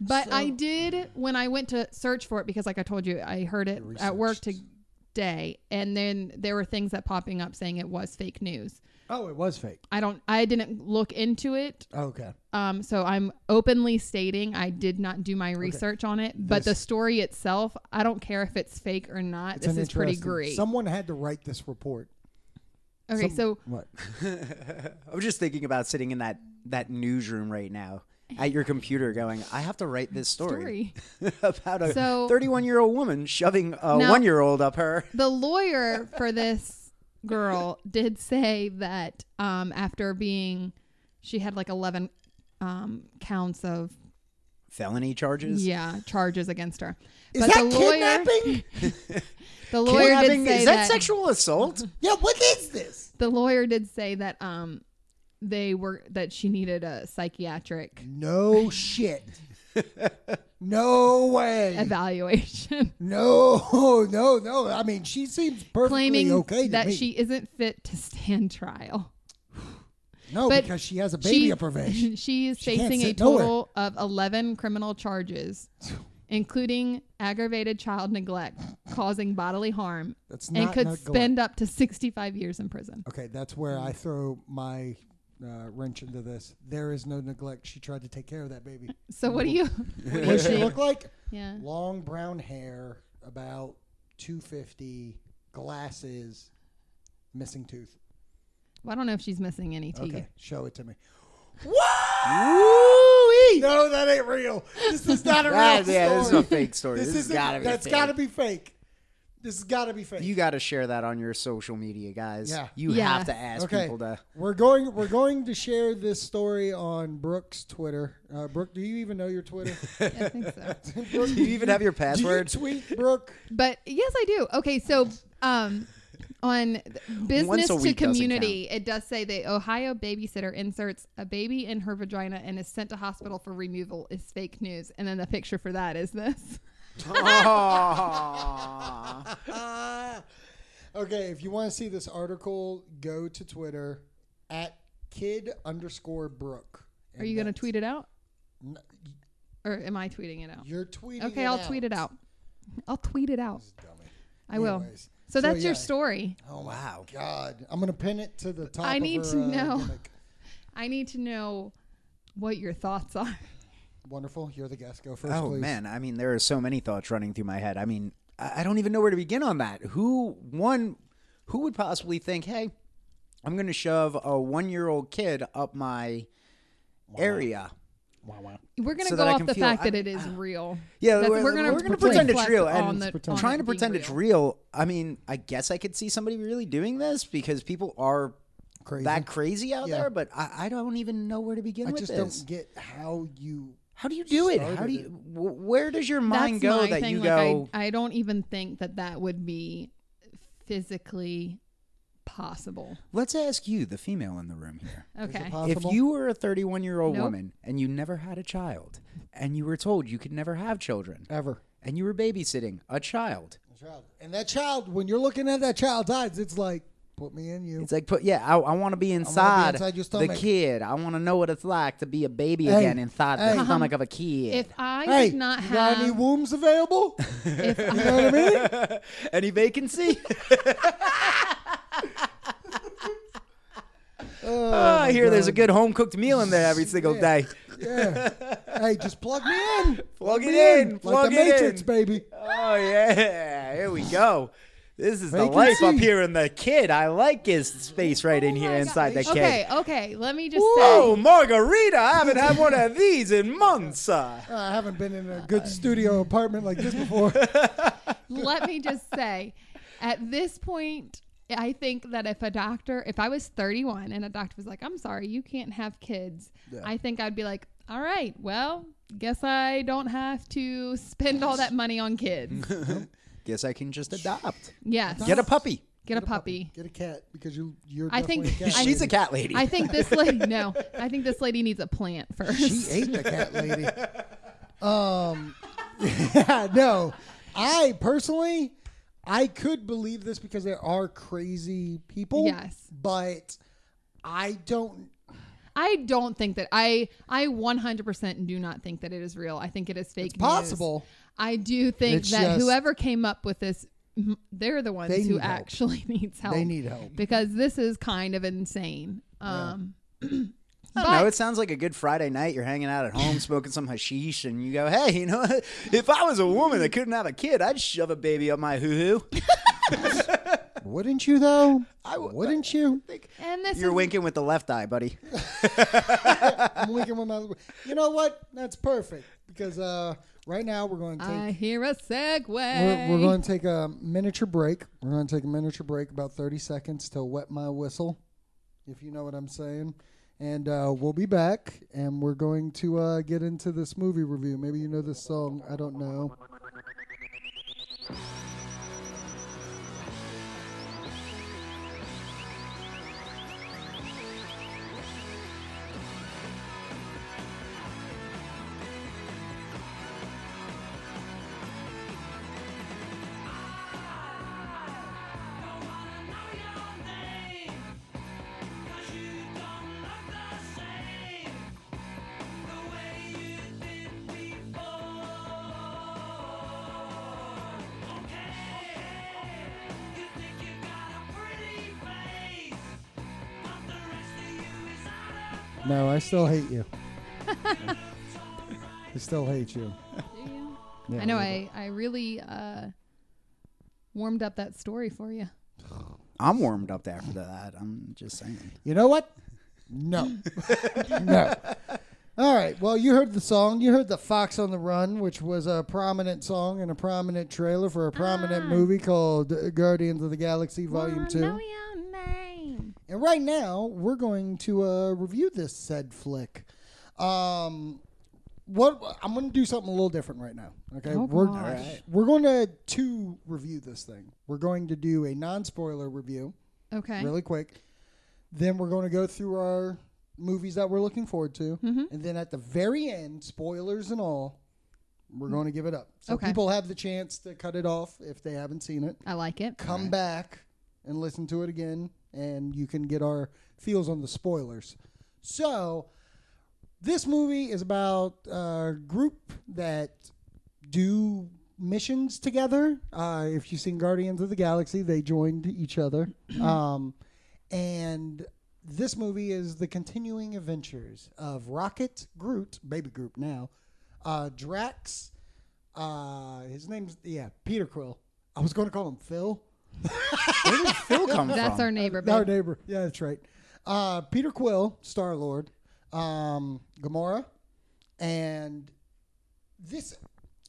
[SPEAKER 2] But I did when I went to search for it because, like I told you, I heard it at work today, and then there were things that popping up saying it was fake news.
[SPEAKER 3] Oh, it was fake. Oh,
[SPEAKER 2] I don't. I didn't look into it.
[SPEAKER 3] Okay.
[SPEAKER 2] Um, so I'm openly stating I did not do my research on it, but the
[SPEAKER 3] This-
[SPEAKER 2] story itself, I don't care if it's fake or not.
[SPEAKER 3] It's
[SPEAKER 2] this
[SPEAKER 3] an
[SPEAKER 2] is pretty
[SPEAKER 3] interesting-
[SPEAKER 2] great.
[SPEAKER 3] Someone had to write this report.
[SPEAKER 2] okay,
[SPEAKER 3] Some-
[SPEAKER 2] so
[SPEAKER 3] what?
[SPEAKER 4] I'm just thinking about sitting in that that newsroom right now at your computer, going, I have to write this story,
[SPEAKER 2] story.
[SPEAKER 4] about a
[SPEAKER 2] So-
[SPEAKER 4] 31 year old woman shoving a
[SPEAKER 2] Now-
[SPEAKER 4] one year old up her.
[SPEAKER 2] The lawyer for this girl did say that um, after being, she had like 11 um, counts of
[SPEAKER 4] Felony charges.
[SPEAKER 2] yeah charges against her.
[SPEAKER 3] Is
[SPEAKER 2] but
[SPEAKER 3] that
[SPEAKER 2] the lawyer,
[SPEAKER 3] kidnapping?
[SPEAKER 2] the lawyer
[SPEAKER 4] Kidnapping-
[SPEAKER 2] did say
[SPEAKER 4] Is that, sexual assault?
[SPEAKER 3] yeah. What is this?
[SPEAKER 2] the lawyer did say that um they were that she needed a psychiatric
[SPEAKER 3] No shit. no way.
[SPEAKER 2] evaluation
[SPEAKER 3] No, no, no. I mean, she seems perfectly
[SPEAKER 2] claiming
[SPEAKER 3] okay to
[SPEAKER 2] that
[SPEAKER 3] me.
[SPEAKER 2] she isn't fit to stand trial.
[SPEAKER 3] no
[SPEAKER 2] but
[SPEAKER 3] because she has a baby
[SPEAKER 2] she,
[SPEAKER 3] up her vein.
[SPEAKER 2] She is
[SPEAKER 3] She can't
[SPEAKER 2] facing a
[SPEAKER 3] sit nowhere.
[SPEAKER 2] total of 11 criminal charges, including aggravated child neglect causing bodily harm
[SPEAKER 3] That's
[SPEAKER 2] and
[SPEAKER 3] not
[SPEAKER 2] could
[SPEAKER 3] neglect.
[SPEAKER 2] spend up to 65 years in prison.
[SPEAKER 3] Okay, that's where I throw my uh, wrench into this. There is no neglect. She tried to take care of that baby.
[SPEAKER 2] So what do you what
[SPEAKER 3] What
[SPEAKER 2] do you
[SPEAKER 3] does she
[SPEAKER 2] think?
[SPEAKER 3] look like?
[SPEAKER 2] Yeah.
[SPEAKER 3] Long brown hair, about two fifty, glasses, missing tooth.
[SPEAKER 2] Well, I don't know if she's missing any teeth.
[SPEAKER 3] Okay, show it to me.
[SPEAKER 4] Woo!
[SPEAKER 3] No, that ain't real. This is not a real
[SPEAKER 4] Ah,
[SPEAKER 3] story.
[SPEAKER 4] yeah, this is a fake story. This, has
[SPEAKER 3] isn't-
[SPEAKER 4] gotta be.
[SPEAKER 3] That's
[SPEAKER 4] fake.
[SPEAKER 3] gotta be fake. This has gotta be fake.
[SPEAKER 4] You gotta share that on your social media, guys.
[SPEAKER 3] Yeah.
[SPEAKER 4] You
[SPEAKER 2] Yeah.
[SPEAKER 4] have to ask
[SPEAKER 3] okay,
[SPEAKER 4] people to.
[SPEAKER 3] we're going. We're going to share this story on Brooke's Twitter. Uh, Brooke, do you even know your Twitter?
[SPEAKER 2] I think so.
[SPEAKER 3] Brooke,
[SPEAKER 4] Do you even have your
[SPEAKER 3] do you
[SPEAKER 4] password?
[SPEAKER 3] tweet Brooke?
[SPEAKER 2] But yes, I do. Okay, so um, on th- business to
[SPEAKER 4] week doesn't
[SPEAKER 2] community, it does say the Ohio babysitter inserts a baby in her vagina and is sent to hospital for removal is fake news. And then the picture for that is this.
[SPEAKER 4] Aw.
[SPEAKER 3] Ah. okay, if you want to see this article, go to Twitter at kid underscore Brooke.
[SPEAKER 2] Are you going to tweet it out?
[SPEAKER 3] No.
[SPEAKER 2] Or am I tweeting it out?
[SPEAKER 3] You're tweeting.
[SPEAKER 2] Okay, I'll tweet it out. I'll tweet it out. I will.
[SPEAKER 3] Anyways,
[SPEAKER 2] So
[SPEAKER 3] so
[SPEAKER 2] that's your
[SPEAKER 3] yeah.
[SPEAKER 2] story.
[SPEAKER 3] Oh my
[SPEAKER 4] Wow.
[SPEAKER 3] God! I'm gonna pin it to the top.
[SPEAKER 2] I
[SPEAKER 3] of
[SPEAKER 2] need
[SPEAKER 3] her,
[SPEAKER 2] to
[SPEAKER 3] uh,
[SPEAKER 2] know.
[SPEAKER 3] gimmick.
[SPEAKER 2] I need to know what your thoughts are.
[SPEAKER 3] Wonderful. You're the guest. Go first,
[SPEAKER 4] Oh
[SPEAKER 3] please.
[SPEAKER 4] man, I mean, there are so many thoughts running through my head. I mean, I I don't even know where to begin on that. Who one? Who would possibly think, hey, I'm going to shove a one-year-old kid up my area?
[SPEAKER 3] Wow, wow.
[SPEAKER 2] We're going to
[SPEAKER 4] So
[SPEAKER 2] go
[SPEAKER 4] that I
[SPEAKER 2] off
[SPEAKER 4] can
[SPEAKER 2] the
[SPEAKER 4] feel-
[SPEAKER 2] fact
[SPEAKER 4] I-
[SPEAKER 2] that it is real.
[SPEAKER 4] Yeah,
[SPEAKER 2] That's-
[SPEAKER 4] we're,
[SPEAKER 2] we're
[SPEAKER 4] we're
[SPEAKER 2] gonna
[SPEAKER 4] gonna pretend
[SPEAKER 2] pretend-
[SPEAKER 4] it's
[SPEAKER 2] reflect
[SPEAKER 4] real,
[SPEAKER 2] on
[SPEAKER 4] and
[SPEAKER 2] the-
[SPEAKER 4] pretend-
[SPEAKER 2] on it
[SPEAKER 4] trying to
[SPEAKER 2] being
[SPEAKER 4] pretend it's real. I mean, I guess I could see somebody really doing this because people are
[SPEAKER 3] Crazy.
[SPEAKER 4] that crazy out
[SPEAKER 3] Yeah.
[SPEAKER 4] there. But I, I don't even know where to begin
[SPEAKER 3] I
[SPEAKER 4] with
[SPEAKER 3] just
[SPEAKER 4] this.
[SPEAKER 3] don't get how you.
[SPEAKER 4] How do you do it? How
[SPEAKER 3] started
[SPEAKER 4] do
[SPEAKER 3] it.
[SPEAKER 4] you? wh- Where does your mind go
[SPEAKER 2] my
[SPEAKER 4] that
[SPEAKER 2] thing,
[SPEAKER 4] you
[SPEAKER 2] like, I-
[SPEAKER 4] go?
[SPEAKER 2] I, don't even think that that would be physically possible.
[SPEAKER 4] Let's ask you, the female in the room here.
[SPEAKER 2] Okay.
[SPEAKER 3] Possible?
[SPEAKER 4] If you were a 31 year old
[SPEAKER 2] Nope.
[SPEAKER 4] woman and you never had a child, and you were told you could never have children,
[SPEAKER 3] ever.
[SPEAKER 4] and you were babysitting a child,
[SPEAKER 3] Child. And that child, when you're looking at that child's eyes, it's like, put me in you.
[SPEAKER 4] it's like, put yeah, I, I want to be inside,
[SPEAKER 3] inside your
[SPEAKER 4] the
[SPEAKER 3] stomach.
[SPEAKER 4] kid. I want to know what it's like to be a baby
[SPEAKER 3] Hey,
[SPEAKER 4] again inside
[SPEAKER 3] hey.
[SPEAKER 4] the
[SPEAKER 3] Um,
[SPEAKER 4] stomach of a kid.
[SPEAKER 2] If I
[SPEAKER 3] hey,
[SPEAKER 2] did not
[SPEAKER 3] you got any
[SPEAKER 2] have,
[SPEAKER 3] wombs available?
[SPEAKER 2] if I,
[SPEAKER 4] Any vacancy?
[SPEAKER 3] Oh,
[SPEAKER 4] Ah, I
[SPEAKER 3] my
[SPEAKER 4] hear there's a
[SPEAKER 3] God.
[SPEAKER 4] good home cooked meal in there every single day.
[SPEAKER 3] Yeah. hey, just plug me in. Plug,
[SPEAKER 4] Plug
[SPEAKER 3] me
[SPEAKER 4] it in.
[SPEAKER 3] Like
[SPEAKER 4] Plug
[SPEAKER 3] the
[SPEAKER 4] it
[SPEAKER 3] Matrix,
[SPEAKER 4] in.
[SPEAKER 3] baby.
[SPEAKER 4] Oh yeah, here we go. This is the
[SPEAKER 3] Vacancy. Oh
[SPEAKER 4] life up here in the kid. I like his space right in here
[SPEAKER 2] my
[SPEAKER 4] inside the kid.
[SPEAKER 2] okay, okay, let me just
[SPEAKER 4] Whoa,
[SPEAKER 2] say,
[SPEAKER 4] margarita! I haven't had one of these in months. Uh,
[SPEAKER 3] Ah, I haven't been in a good studio apartment like this before.
[SPEAKER 2] let me just say, at this point, I think that if a doctor, if I was 31 and a doctor was like, "I'm sorry, you can't have kids," I think I'd be like, "All right, well." Guess I don't have to spend all that money on kids.
[SPEAKER 4] Guess I can just adopt.
[SPEAKER 2] Yes.
[SPEAKER 4] Get a puppy.
[SPEAKER 2] Get a puppy.
[SPEAKER 3] Get a cat because you you're.
[SPEAKER 2] I think-
[SPEAKER 3] definitely cat
[SPEAKER 4] She's a
[SPEAKER 3] lady.
[SPEAKER 4] cat lady.
[SPEAKER 2] I think this lady. No, I think this lady needs a plant first.
[SPEAKER 3] She ate the cat lady. Um, yeah, no. I personally, I could believe this because there are crazy people.
[SPEAKER 2] Yes.
[SPEAKER 3] But I don't.
[SPEAKER 2] I don't think that I. I 100% do not think that it is real. I think it is fake.
[SPEAKER 3] It's possible.
[SPEAKER 2] News. I do think
[SPEAKER 3] It's
[SPEAKER 2] that
[SPEAKER 3] just-
[SPEAKER 2] whoever came up with this m- they're the ones
[SPEAKER 3] They
[SPEAKER 2] who
[SPEAKER 3] need help.
[SPEAKER 2] actually needs help
[SPEAKER 3] They need help.
[SPEAKER 2] because this is kind of insane. Um,
[SPEAKER 4] I don't know. It sounds like a good Friday night. You're hanging out at home, smoking some hashish, and you go, "Hey, you know, what? if I was a woman that couldn't have a kid, I'd shove a baby up my hoo hoo."
[SPEAKER 3] Wouldn't you though? I w- Wouldn't you?
[SPEAKER 2] and this
[SPEAKER 4] You're
[SPEAKER 2] is
[SPEAKER 4] winking with the left eye, buddy.
[SPEAKER 3] I'm winking with my. You know what? That's perfect because uh, right now we're going to take.
[SPEAKER 2] I hear a segue.
[SPEAKER 3] We're, we're going to take a miniature break. We're going to take a miniature break, about 30 seconds to wet my whistle, if you know what I'm saying. And uh, we'll be back, and we're going to uh, get into this movie review. Maybe you know this song. I don't know. No, I still hate you. I still hate you. Yeah,
[SPEAKER 2] I know.
[SPEAKER 3] a little
[SPEAKER 2] I I really uh, warmed up that story for you.
[SPEAKER 4] I'm warmed up after that. I'm just saying.
[SPEAKER 3] You know what? No. no. All right. Well, you heard the song. You heard the Fox on the Run, which was a prominent song and a prominent trailer for a prominent
[SPEAKER 2] Ah.
[SPEAKER 3] movie called uh, Guardians of the Galaxy Volume 2. And right now, we're going to uh, review this said flick. Um, what I'm going to do something a little different right now. Okay,
[SPEAKER 2] Oh,
[SPEAKER 3] we're
[SPEAKER 2] gosh. All right.
[SPEAKER 3] we're going to to review this thing. We're going to do a non spoiler review
[SPEAKER 2] Okay.
[SPEAKER 3] really quick. Then we're going to go through our movies that we're looking forward to,
[SPEAKER 2] Mm-hmm.
[SPEAKER 3] and then at the very end, spoilers and all, we're going to give it up. So
[SPEAKER 2] Mm. Okay.
[SPEAKER 3] people have the chance to cut it off if they haven't seen it.
[SPEAKER 2] I like it.
[SPEAKER 3] Come back and listen to it again, and you can get our feels on the spoilers. So this movie is about a group that do missions together. Uh, if you've seen Guardians of the Galaxy, they joined each other. Um, and this movie is the continuing adventures of Rocket, Groot, baby Groot now, uh, Drax. Uh, his name's yeah Peter Quill. I was going to call him Phil.
[SPEAKER 4] Where did Phil come
[SPEAKER 2] That's
[SPEAKER 4] from?
[SPEAKER 2] our neighbor.
[SPEAKER 3] Our
[SPEAKER 2] babe.
[SPEAKER 3] neighbor. Yeah, that's right. Uh, Peter Quill, Star Lord, um, Gamora, and this.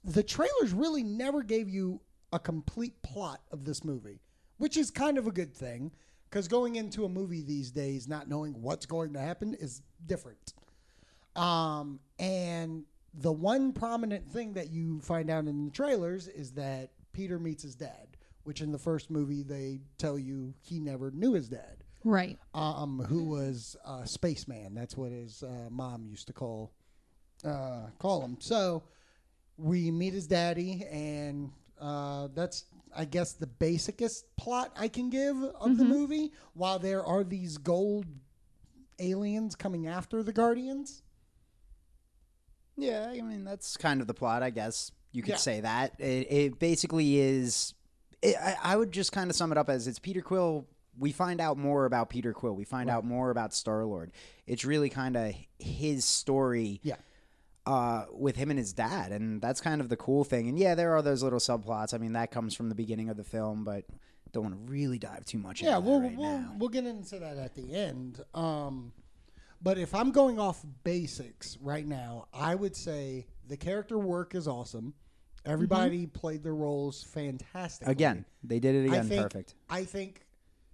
[SPEAKER 3] The trailers really never gave you a complete plot of this movie, which is kind of a good thing because going into a movie these days not knowing what's going to happen is different. Um, and the one prominent thing that you find out in the trailers is that Peter meets his dad, which in the first movie they tell you he never knew his dad,
[SPEAKER 2] Right.
[SPEAKER 3] um, who was a spaceman. That's what his uh, mom used to call uh, call him. So we meet his daddy, and uh, that's I guess the basicest plot I can give of the movie. While there are these gold aliens coming after the Guardians.
[SPEAKER 4] Yeah, I mean that's kind of the plot, I guess you could
[SPEAKER 3] Yeah.
[SPEAKER 4] say that. It, it basically is. It, I, I would just kind of sum it up as it's Peter Quill. We find out more about Peter Quill. We find out more about Star Lord. It's really kind of his story.
[SPEAKER 3] Yeah.
[SPEAKER 4] Uh, with him and his dad, and that's kind of the cool thing. And yeah, there are those little subplots. I mean, that comes from the beginning of the film, but don't want to really dive too much.
[SPEAKER 3] Yeah,
[SPEAKER 4] into that
[SPEAKER 3] we'll
[SPEAKER 4] right
[SPEAKER 3] we'll,
[SPEAKER 4] now.
[SPEAKER 3] we'll get into that at the end. Um, but if I'm going off basics right now, I would say the character work is awesome. Everybody played their roles fantastically.
[SPEAKER 4] again. They did it
[SPEAKER 3] I
[SPEAKER 4] again.
[SPEAKER 3] think,
[SPEAKER 4] Perfect.
[SPEAKER 3] I think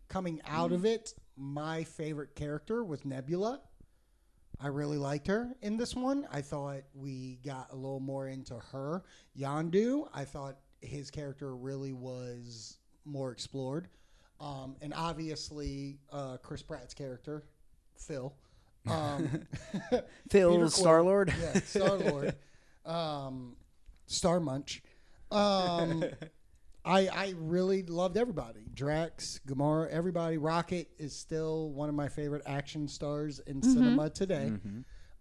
[SPEAKER 3] coming out of it, my favorite character was Nebula. I really liked her in this one. I thought we got a little more into her. Yandu, I thought his character really was more explored. Um, and obviously, uh, Chris Pratt's character, Phil. Um,
[SPEAKER 4] Phil Star Lord.
[SPEAKER 3] yeah, Star Lord, um, Star Munch. Um, I I really loved everybody. Drax, Gamora, everybody. Rocket is still one of my favorite action stars in cinema today.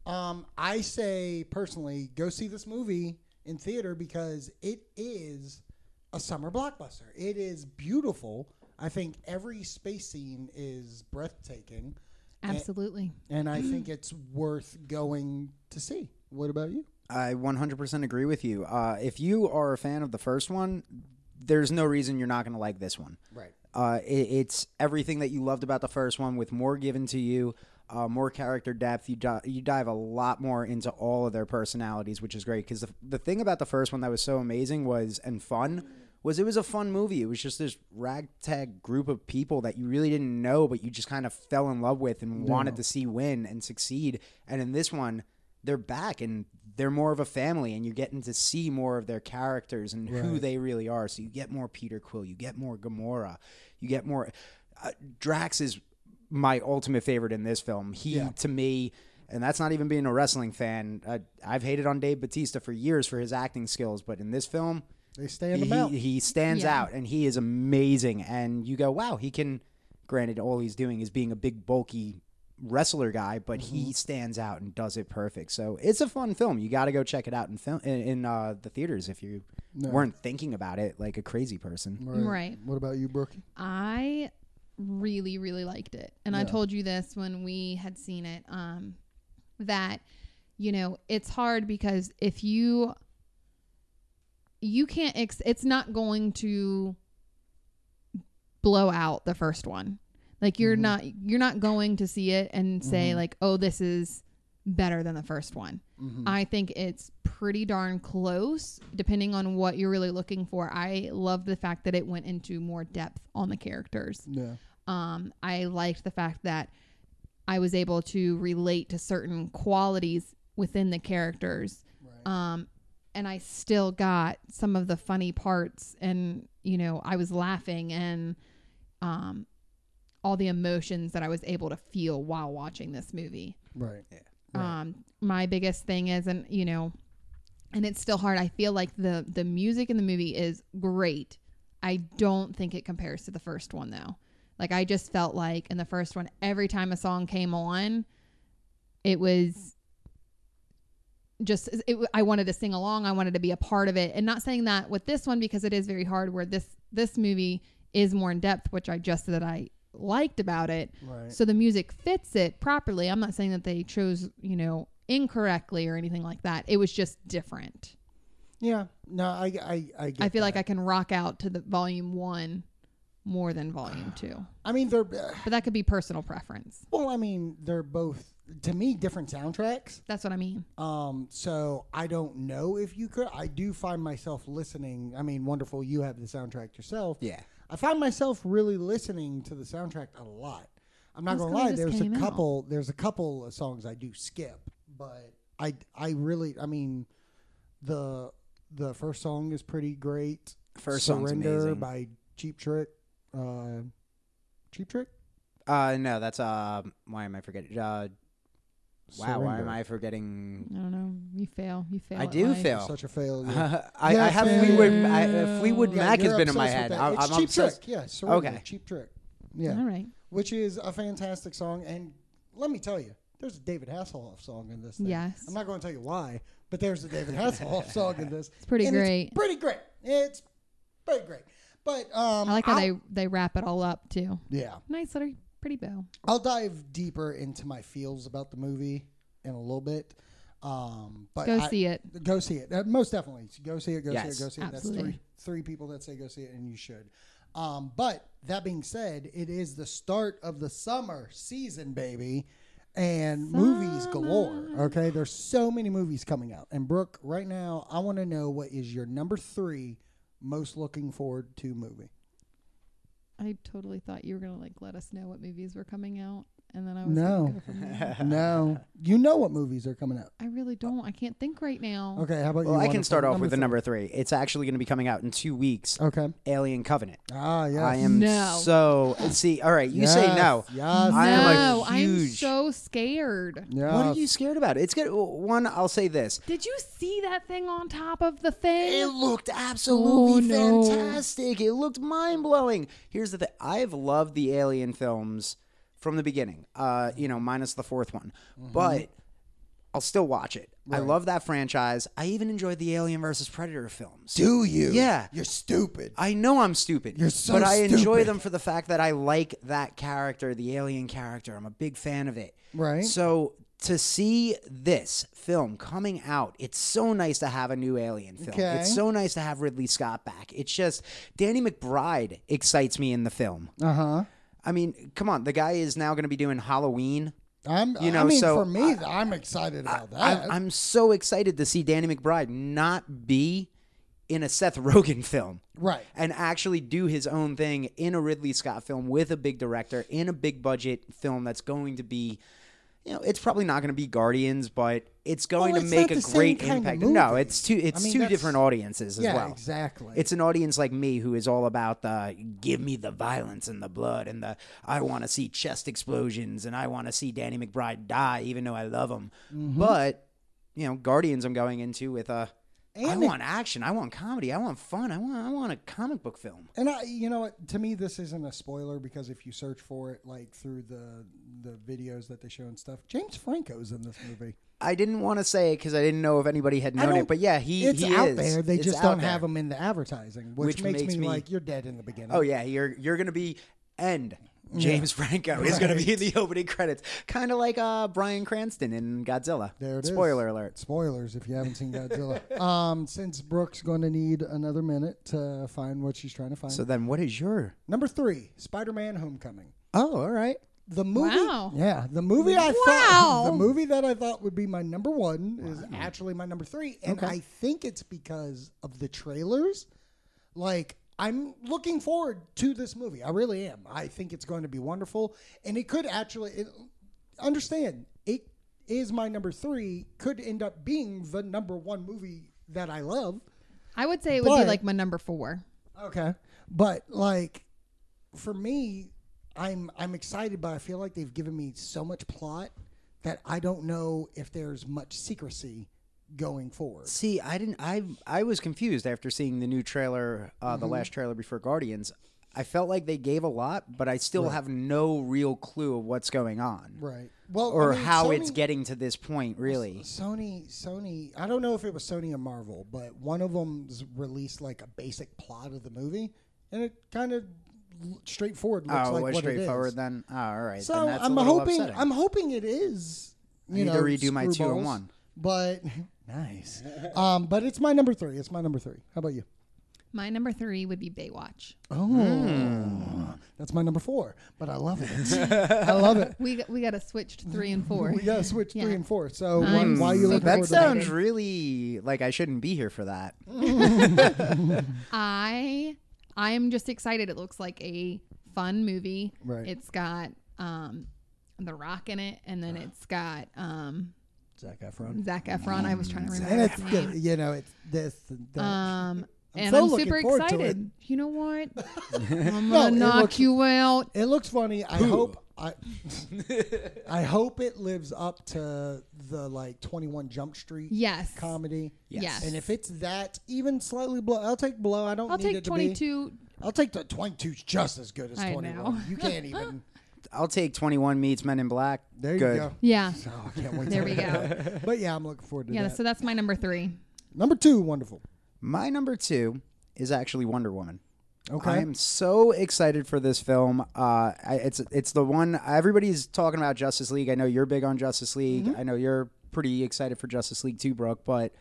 [SPEAKER 3] Um, I say personally, go see this movie in theater because it is a summer blockbuster. It is beautiful. I think every space scene is breathtaking,
[SPEAKER 2] Absolutely.
[SPEAKER 3] and I think it's worth going to see. What about you?
[SPEAKER 4] I 100% agree with you. Uh, if you are a fan of the first one, there's no reason you're not going to like this one.
[SPEAKER 3] Right.
[SPEAKER 4] Uh, it, it's everything that you loved about the first one, with more given to you, uh, more character depth. You di- you dive a lot more into all of their personalities, which is great. Because the, the thing about the first one that was so amazing was and fun was it was a fun movie. It was just this ragtag group of people that you really didn't know, but you just kind of fell in love with and wanted to see win and succeed. And in this one, they're back and they're more of a family and you're getting to see more of their characters and who they really are so you get more peter quill you get more gamora you get more uh, drax is my ultimate favorite in this film he to me and that's not even being a wrestling fan I, i've hated on dave batista for years for his acting skills but in this film
[SPEAKER 3] They stand
[SPEAKER 4] he,
[SPEAKER 3] about.
[SPEAKER 4] he stands
[SPEAKER 2] Yeah.
[SPEAKER 4] out and he is amazing and you go wow he can granted all he's doing is being a big bulky wrestler guy but he stands out and does it perfect so it's a fun film you got to go check it out in film in, in uh, the theaters if you weren't thinking about it like a crazy person
[SPEAKER 3] Right.
[SPEAKER 2] Right.
[SPEAKER 3] What about you, Brookie?
[SPEAKER 2] I really, really liked it. And I told you this when we had seen it um, that, you know, it's hard because if you, you can't, ex- it's not going to blow out the first one. Like you're not, you're not going to see it and say like, oh, this is better than the first one.
[SPEAKER 3] Mm-hmm.
[SPEAKER 2] I think it's pretty darn close, depending on what you're really looking for. I love the fact that it went into more depth on the characters.
[SPEAKER 3] Yeah.
[SPEAKER 2] Um, I liked the fact that I was able to relate to certain qualities within the characters. Um, and I still got some of the funny parts, and you know, I was laughing and um, all the emotions that I was able to feel while watching this movie.
[SPEAKER 3] Right.
[SPEAKER 2] Um, my biggest thing is, and you know, and it's still hard. I feel like the the music in the movie is great. I don't think it compares to the first one though. Like I just felt like in the first one, every time a song came on, it was just it, I wanted to sing along. I wanted to be a part of it, and not saying that with this one because it is very hard. Where this this movie is more in depth, which I just said that I liked about it.
[SPEAKER 3] Right.
[SPEAKER 2] So the music fits it properly. I'm not saying that they chose, you know, incorrectly or anything like that. It was just different.
[SPEAKER 3] Yeah. No, I I I, get
[SPEAKER 2] I feel
[SPEAKER 3] that.
[SPEAKER 2] like I can rock out to the volume one more than volume two,
[SPEAKER 3] I mean they're uh,
[SPEAKER 2] but that could be personal preference.
[SPEAKER 3] Well, I mean, they're both to me different soundtracks.
[SPEAKER 2] That's what I mean.
[SPEAKER 3] Um, so I don't know if you could. I do find myself listening. I mean, wonderful, you have the soundtrack yourself.
[SPEAKER 4] Yeah.
[SPEAKER 3] I find myself really listening to the soundtrack a lot. I'm not
[SPEAKER 2] That's
[SPEAKER 3] gonna
[SPEAKER 2] 'cause it
[SPEAKER 3] lie.
[SPEAKER 2] just
[SPEAKER 3] There's a
[SPEAKER 2] came out.
[SPEAKER 3] couple. There's a couple of songs I do skip, but I I really I mean, the the first song is pretty great.
[SPEAKER 4] First song's
[SPEAKER 3] Surrender
[SPEAKER 4] amazing.
[SPEAKER 3] by Cheap Trick. Uh, Cheap Trick.
[SPEAKER 4] uh no that's uh why am i forgetting uh wow why am
[SPEAKER 3] Surrender.
[SPEAKER 4] i forgetting
[SPEAKER 2] I don't know. You fail. You fail.
[SPEAKER 4] i
[SPEAKER 2] at
[SPEAKER 4] do
[SPEAKER 2] life.
[SPEAKER 4] fail
[SPEAKER 3] Such a failure.
[SPEAKER 4] I, I
[SPEAKER 3] Yes,
[SPEAKER 4] have
[SPEAKER 3] man.
[SPEAKER 4] Fleetwood. I, uh, Fleetwood
[SPEAKER 3] Yeah,
[SPEAKER 4] Mac has
[SPEAKER 3] you're
[SPEAKER 4] been in my
[SPEAKER 3] obsessed
[SPEAKER 4] head.
[SPEAKER 3] with
[SPEAKER 4] I, am
[SPEAKER 3] that. it's cheap
[SPEAKER 4] obsessed.
[SPEAKER 3] trick. Yeah, surrender,
[SPEAKER 4] Okay.
[SPEAKER 3] cheap trick. Yeah,
[SPEAKER 2] All right.
[SPEAKER 3] which is a fantastic song. And let me tell you, there's a David Hasselhoff song in this. Thing.
[SPEAKER 2] Yes.
[SPEAKER 3] I'm not going to tell you why, but there's a David Hasselhoff song in this. It's
[SPEAKER 2] pretty great.
[SPEAKER 3] It's pretty great. It's pretty great. But um,
[SPEAKER 2] I like how
[SPEAKER 3] I'll-
[SPEAKER 2] they they wrap it all up too.
[SPEAKER 3] Yeah,
[SPEAKER 2] Nice little pretty bow.
[SPEAKER 3] I'll dive deeper into my feels about the movie in a little bit. Um, but
[SPEAKER 2] Go
[SPEAKER 3] I-
[SPEAKER 2] see it.
[SPEAKER 3] Go see it. Uh, most definitely. Go see it. Go
[SPEAKER 4] Yes.
[SPEAKER 3] see it. Go see it. That's
[SPEAKER 2] Absolutely.
[SPEAKER 3] three, three people that say go see it, and you should. Um, but that being said, it is the start of the summer season, baby, and movies galore. Okay, there's so many movies coming out. And Brooke, right now, I want to know what is your number three most looking forward to movie?
[SPEAKER 2] I totally thought you were gonna like let us know what movies were coming out, and then I was
[SPEAKER 3] No.
[SPEAKER 2] Gonna go from there.
[SPEAKER 3] no, you know what movies are coming out.
[SPEAKER 2] I really don't. I can't think right now.
[SPEAKER 3] Okay, how about you?
[SPEAKER 4] Well, I
[SPEAKER 3] Wonderful?
[SPEAKER 4] can start off with the
[SPEAKER 3] three.
[SPEAKER 4] number three. It's actually going to be coming out in two weeks.
[SPEAKER 3] Okay.
[SPEAKER 4] Alien Covenant.
[SPEAKER 3] Ah, Oh. yes.
[SPEAKER 4] I am
[SPEAKER 2] No.
[SPEAKER 4] so. See, all right, you say
[SPEAKER 3] Yes,
[SPEAKER 4] no.
[SPEAKER 3] Yes.
[SPEAKER 4] I am
[SPEAKER 2] no,
[SPEAKER 4] a
[SPEAKER 2] I'm
[SPEAKER 4] huge.
[SPEAKER 2] so scared.
[SPEAKER 3] yes.
[SPEAKER 4] What are you scared about? It's good. One, I'll say this.
[SPEAKER 2] Did you see that thing on top of the thing?
[SPEAKER 4] It looked absolutely
[SPEAKER 2] Oh, no.
[SPEAKER 4] fantastic. It looked mind blowing. Here's the thing I've loved the
[SPEAKER 3] Mm-hmm.
[SPEAKER 4] Alien films from the beginning, uh, you know, minus the fourth one. But I'll still watch it. I love that franchise. I even enjoyed the Alien versus Predator films.
[SPEAKER 5] Do you?
[SPEAKER 4] Yeah.
[SPEAKER 5] You're stupid.
[SPEAKER 4] I know I'm stupid.
[SPEAKER 5] You're so
[SPEAKER 4] But I enjoy
[SPEAKER 5] stupid.
[SPEAKER 4] them for the fact that I like that character, the alien character. I'm a big fan of it.
[SPEAKER 3] Right.
[SPEAKER 4] So to see this film coming out, it's so nice to have a new alien film.
[SPEAKER 3] Okay.
[SPEAKER 4] It's so nice to have Ridley Scott back. It's just Danny McBride excites me in the film.
[SPEAKER 3] Uh huh.
[SPEAKER 4] I mean, come on, the guy is now going to be doing Halloween. You
[SPEAKER 3] I'm. You
[SPEAKER 4] know,
[SPEAKER 3] know, I mean,
[SPEAKER 4] so
[SPEAKER 3] for me, I, am excited about that.
[SPEAKER 4] I'm, I'm so excited to see Danny McBride not be in a Seth Rogen film.
[SPEAKER 3] right.
[SPEAKER 4] and actually do his own thing in a Ridley Scott film with a big director in a big budget film that's going to be you know it's probably not going to be Guardians but it's going
[SPEAKER 3] Oh,
[SPEAKER 4] to
[SPEAKER 3] it's
[SPEAKER 4] make
[SPEAKER 3] not
[SPEAKER 4] a
[SPEAKER 3] the same
[SPEAKER 4] great
[SPEAKER 3] kind of
[SPEAKER 4] impact.
[SPEAKER 3] movie.
[SPEAKER 4] No, it's two it's
[SPEAKER 3] I mean,
[SPEAKER 4] two
[SPEAKER 3] that's-
[SPEAKER 4] different audiences as
[SPEAKER 3] Yeah.
[SPEAKER 4] well.
[SPEAKER 3] Exactly.
[SPEAKER 4] It's an audience like me who is all about the give me the violence and the blood and the I want to see chest explosions and I want to see Danny McBride die even though I love him.
[SPEAKER 3] Mm-hmm.
[SPEAKER 4] But you know, Guardians I'm going into with uh, a I
[SPEAKER 3] And it-
[SPEAKER 4] want action. I want comedy. I want fun. I want I want a comic book film.
[SPEAKER 3] And I, you know, what, to me, this isn't a spoiler because if you search for it, like through the the videos that they show and stuff, James Franco's in this movie.
[SPEAKER 4] I didn't want to say it because I didn't know if anybody had
[SPEAKER 3] I
[SPEAKER 4] known it,
[SPEAKER 3] don't-
[SPEAKER 4] but yeah, he
[SPEAKER 3] it's
[SPEAKER 4] he
[SPEAKER 3] out
[SPEAKER 4] is.
[SPEAKER 3] there. They
[SPEAKER 4] It's
[SPEAKER 3] just
[SPEAKER 4] out
[SPEAKER 3] don't
[SPEAKER 4] there.
[SPEAKER 3] have him in the advertising, which,
[SPEAKER 4] Which
[SPEAKER 3] makes,
[SPEAKER 4] makes
[SPEAKER 3] me,
[SPEAKER 4] me-
[SPEAKER 3] like you're dead in the beginning.
[SPEAKER 4] Oh yeah, you're you're gonna be end. James Franco is going to be in the opening credits, kind of like uh, Brian Cranston in Godzilla.
[SPEAKER 3] There it is.
[SPEAKER 4] Spoiler alert.
[SPEAKER 3] Spoilers if you haven't seen Godzilla. um, since Brooke's going to need another minute to find what she's trying to find.
[SPEAKER 4] So then, what is your?
[SPEAKER 3] Number three, Spider-Man: Homecoming.
[SPEAKER 4] Oh, all right.
[SPEAKER 3] The movie,
[SPEAKER 2] Wow.
[SPEAKER 3] yeah, the movie I
[SPEAKER 2] Wow.
[SPEAKER 3] thought, the movie that I thought would be my number one is actually my number three, and I think it's because of the trailers. Like, I'm looking forward to this movie. I really am. I think it's going to be wonderful, and it could actually it, understand it is my number three. Could end up being the number one movie that I love.
[SPEAKER 2] I would say it would be
[SPEAKER 3] But-
[SPEAKER 2] like my number four.
[SPEAKER 3] Okay. But like for me, I'm I'm excited, but I feel like they've given me so much plot that I don't know if there's much secrecy going forward.
[SPEAKER 4] See, I didn't. I I was confused after seeing the new trailer, uh, the
[SPEAKER 3] Mm-hmm.
[SPEAKER 4] last trailer before Guardians. I felt like they gave a lot, but I still have no real clue of what's going on,
[SPEAKER 3] Right. Well,
[SPEAKER 4] or
[SPEAKER 3] I mean,
[SPEAKER 4] how
[SPEAKER 3] Sony-
[SPEAKER 4] it's getting to this point. Really,
[SPEAKER 3] Sony, Sony. I don't know if it was Sony or Marvel, but one of them's released like a basic plot of the movie, and it kind of straightforward looks
[SPEAKER 4] oh,
[SPEAKER 3] like
[SPEAKER 4] we're
[SPEAKER 3] what
[SPEAKER 4] straightforward
[SPEAKER 3] it is.
[SPEAKER 4] then. Oh, all right.
[SPEAKER 3] So
[SPEAKER 4] then that's a
[SPEAKER 3] I'm
[SPEAKER 4] little
[SPEAKER 3] hoping
[SPEAKER 4] upsetting.
[SPEAKER 3] I'm hoping it is. You
[SPEAKER 4] need
[SPEAKER 3] know,
[SPEAKER 4] to redo my two and
[SPEAKER 3] screwballs,
[SPEAKER 4] one.
[SPEAKER 3] But nice. Um, but it's my number three. It's my number three. How about you?
[SPEAKER 2] My number three would be Baywatch.
[SPEAKER 3] Oh, Hmm. that's my number four. But I love it. I love it.
[SPEAKER 2] We got, we got to switch to three and four.
[SPEAKER 3] We gotta switch
[SPEAKER 2] Yeah.
[SPEAKER 3] three and four. So why-
[SPEAKER 2] I'm
[SPEAKER 3] why, are you
[SPEAKER 2] so
[SPEAKER 3] looking
[SPEAKER 4] Hmm. that
[SPEAKER 3] forward to that?
[SPEAKER 4] sounds really like I shouldn't be here for that.
[SPEAKER 2] I I am just excited. It looks like a fun movie.
[SPEAKER 3] Right.
[SPEAKER 2] It's got um The Rock in it, and
[SPEAKER 3] Ah.
[SPEAKER 2] then it's got um
[SPEAKER 3] Zac Efron.
[SPEAKER 2] Zach Efron. I was trying to
[SPEAKER 3] And
[SPEAKER 2] remember
[SPEAKER 3] it's
[SPEAKER 2] his
[SPEAKER 3] good.
[SPEAKER 2] name.
[SPEAKER 3] You know, it's this. And that.
[SPEAKER 2] Um, and
[SPEAKER 3] so
[SPEAKER 2] I'm
[SPEAKER 3] looking
[SPEAKER 2] super
[SPEAKER 3] forward to it.
[SPEAKER 2] excited. You know what? I'm
[SPEAKER 3] No,
[SPEAKER 2] gonna
[SPEAKER 3] it
[SPEAKER 2] knock
[SPEAKER 3] looks-
[SPEAKER 2] you out.
[SPEAKER 3] It looks funny. I hope I I hope it lives up to the like 21 Jump Street
[SPEAKER 2] Yes.
[SPEAKER 3] comedy.
[SPEAKER 2] Yes.
[SPEAKER 3] And if it's that even slightly below, I'll take below. I don't
[SPEAKER 2] I'll
[SPEAKER 3] need
[SPEAKER 2] take
[SPEAKER 3] it to
[SPEAKER 2] 22.
[SPEAKER 3] be. I'll take the 22's just as good as
[SPEAKER 2] I
[SPEAKER 3] 21.
[SPEAKER 2] know.
[SPEAKER 3] You can't even.
[SPEAKER 4] I'll take 21 meets Men in Black.
[SPEAKER 3] There you
[SPEAKER 4] Good.
[SPEAKER 3] go.
[SPEAKER 2] Yeah.
[SPEAKER 3] Oh, I can't wait.
[SPEAKER 2] There
[SPEAKER 3] to
[SPEAKER 2] we go.
[SPEAKER 3] But yeah, I'm looking forward to
[SPEAKER 2] Yeah.
[SPEAKER 3] that.
[SPEAKER 2] So that's my number three.
[SPEAKER 3] Number two, wonderful.
[SPEAKER 4] My number two is actually Wonder Woman.
[SPEAKER 3] Okay.
[SPEAKER 4] I am so excited for this film. Uh, I, it's it's the one everybody's talking about Justice League. I know you're big on Justice League.
[SPEAKER 3] Mm-hmm.
[SPEAKER 4] I know you're pretty excited for Justice League too, Brooke. But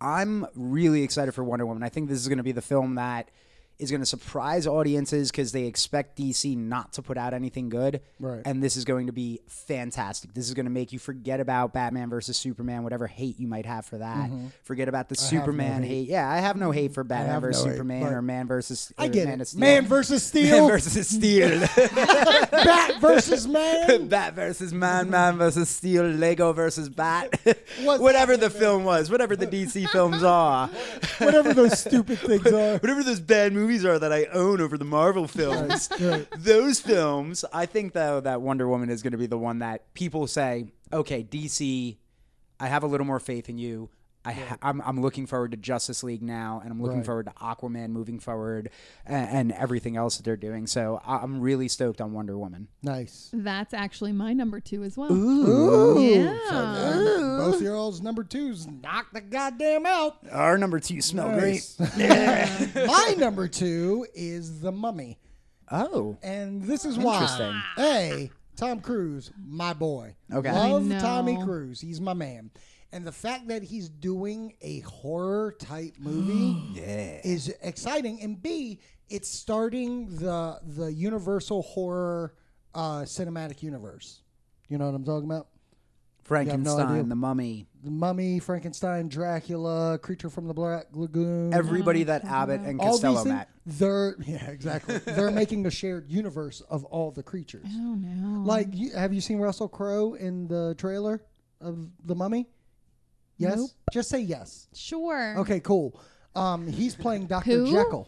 [SPEAKER 4] I'm really excited for Wonder Woman. I think this is going to be the film that is going to surprise audiences because they expect DC not to put out anything good.
[SPEAKER 3] Right.
[SPEAKER 4] And this is going to be fantastic. This is going to make you forget about Batman versus Superman, whatever hate you might have for that.
[SPEAKER 3] Mm-hmm.
[SPEAKER 4] Forget about the Superman hate. Yeah, I have no hate for Batman
[SPEAKER 3] have
[SPEAKER 4] versus
[SPEAKER 3] no hate,
[SPEAKER 4] Superman
[SPEAKER 3] but-
[SPEAKER 4] or Man versus
[SPEAKER 3] I get
[SPEAKER 4] Man
[SPEAKER 3] it.
[SPEAKER 4] of Steel.
[SPEAKER 3] Man versus
[SPEAKER 4] Man
[SPEAKER 3] Steel.
[SPEAKER 4] versus Steel.
[SPEAKER 3] Bat versus Man.
[SPEAKER 4] Bat versus Man, Man versus Steel, Lego versus Bat.
[SPEAKER 3] What's
[SPEAKER 4] whatever the film was, whatever the DC films are,
[SPEAKER 3] Whatever those stupid things are.
[SPEAKER 4] whatever those bad movies are that I own over the Marvel films.
[SPEAKER 3] Right.
[SPEAKER 4] Those films, I think though that Wonder Woman is going to be the one that people say, "Okay, DC, I have a little more faith in you. I ha- I'm, I'm looking forward to Justice League now, and I'm looking
[SPEAKER 3] Right.
[SPEAKER 4] forward to Aquaman moving forward, and, and everything else that they're doing. So I- I'm really stoked on Wonder Woman.
[SPEAKER 3] Nice.
[SPEAKER 2] That's actually my number two as well.
[SPEAKER 4] Ooh.
[SPEAKER 2] Yeah.
[SPEAKER 3] Both your olds number twos knock the goddamn out.
[SPEAKER 4] Our number two smell
[SPEAKER 3] Nice. My number two is the mummy.
[SPEAKER 4] Oh,
[SPEAKER 3] And this is why.
[SPEAKER 4] Interesting.
[SPEAKER 3] Hey, Tom Cruise, my boy.
[SPEAKER 4] Okay. I
[SPEAKER 3] Love
[SPEAKER 2] know.
[SPEAKER 3] Tommy Cruise. He's my man. And the fact that he's doing a horror type movie
[SPEAKER 4] yeah.
[SPEAKER 3] is exciting. And B, it's starting the the universal horror uh, cinematic universe. You know what I'm talking about?
[SPEAKER 4] Frankenstein,
[SPEAKER 3] idea.
[SPEAKER 4] the Mummy,
[SPEAKER 3] The Mummy, Frankenstein, Dracula, Creature from the Black Lagoon.
[SPEAKER 4] everybody that Abbott and
[SPEAKER 3] all
[SPEAKER 4] Costello
[SPEAKER 3] these things,
[SPEAKER 4] met.
[SPEAKER 3] they're yeah, exactly. they're making a shared universe of all the creatures.
[SPEAKER 2] Oh no.
[SPEAKER 3] Like, you, have you seen Russell Crowe in the trailer of The Mummy? Yes.
[SPEAKER 2] Nope.
[SPEAKER 3] Just say yes.
[SPEAKER 2] sure.
[SPEAKER 3] Okay, cool. Um, he's playing Doctor
[SPEAKER 2] Who?
[SPEAKER 3] Jekyll.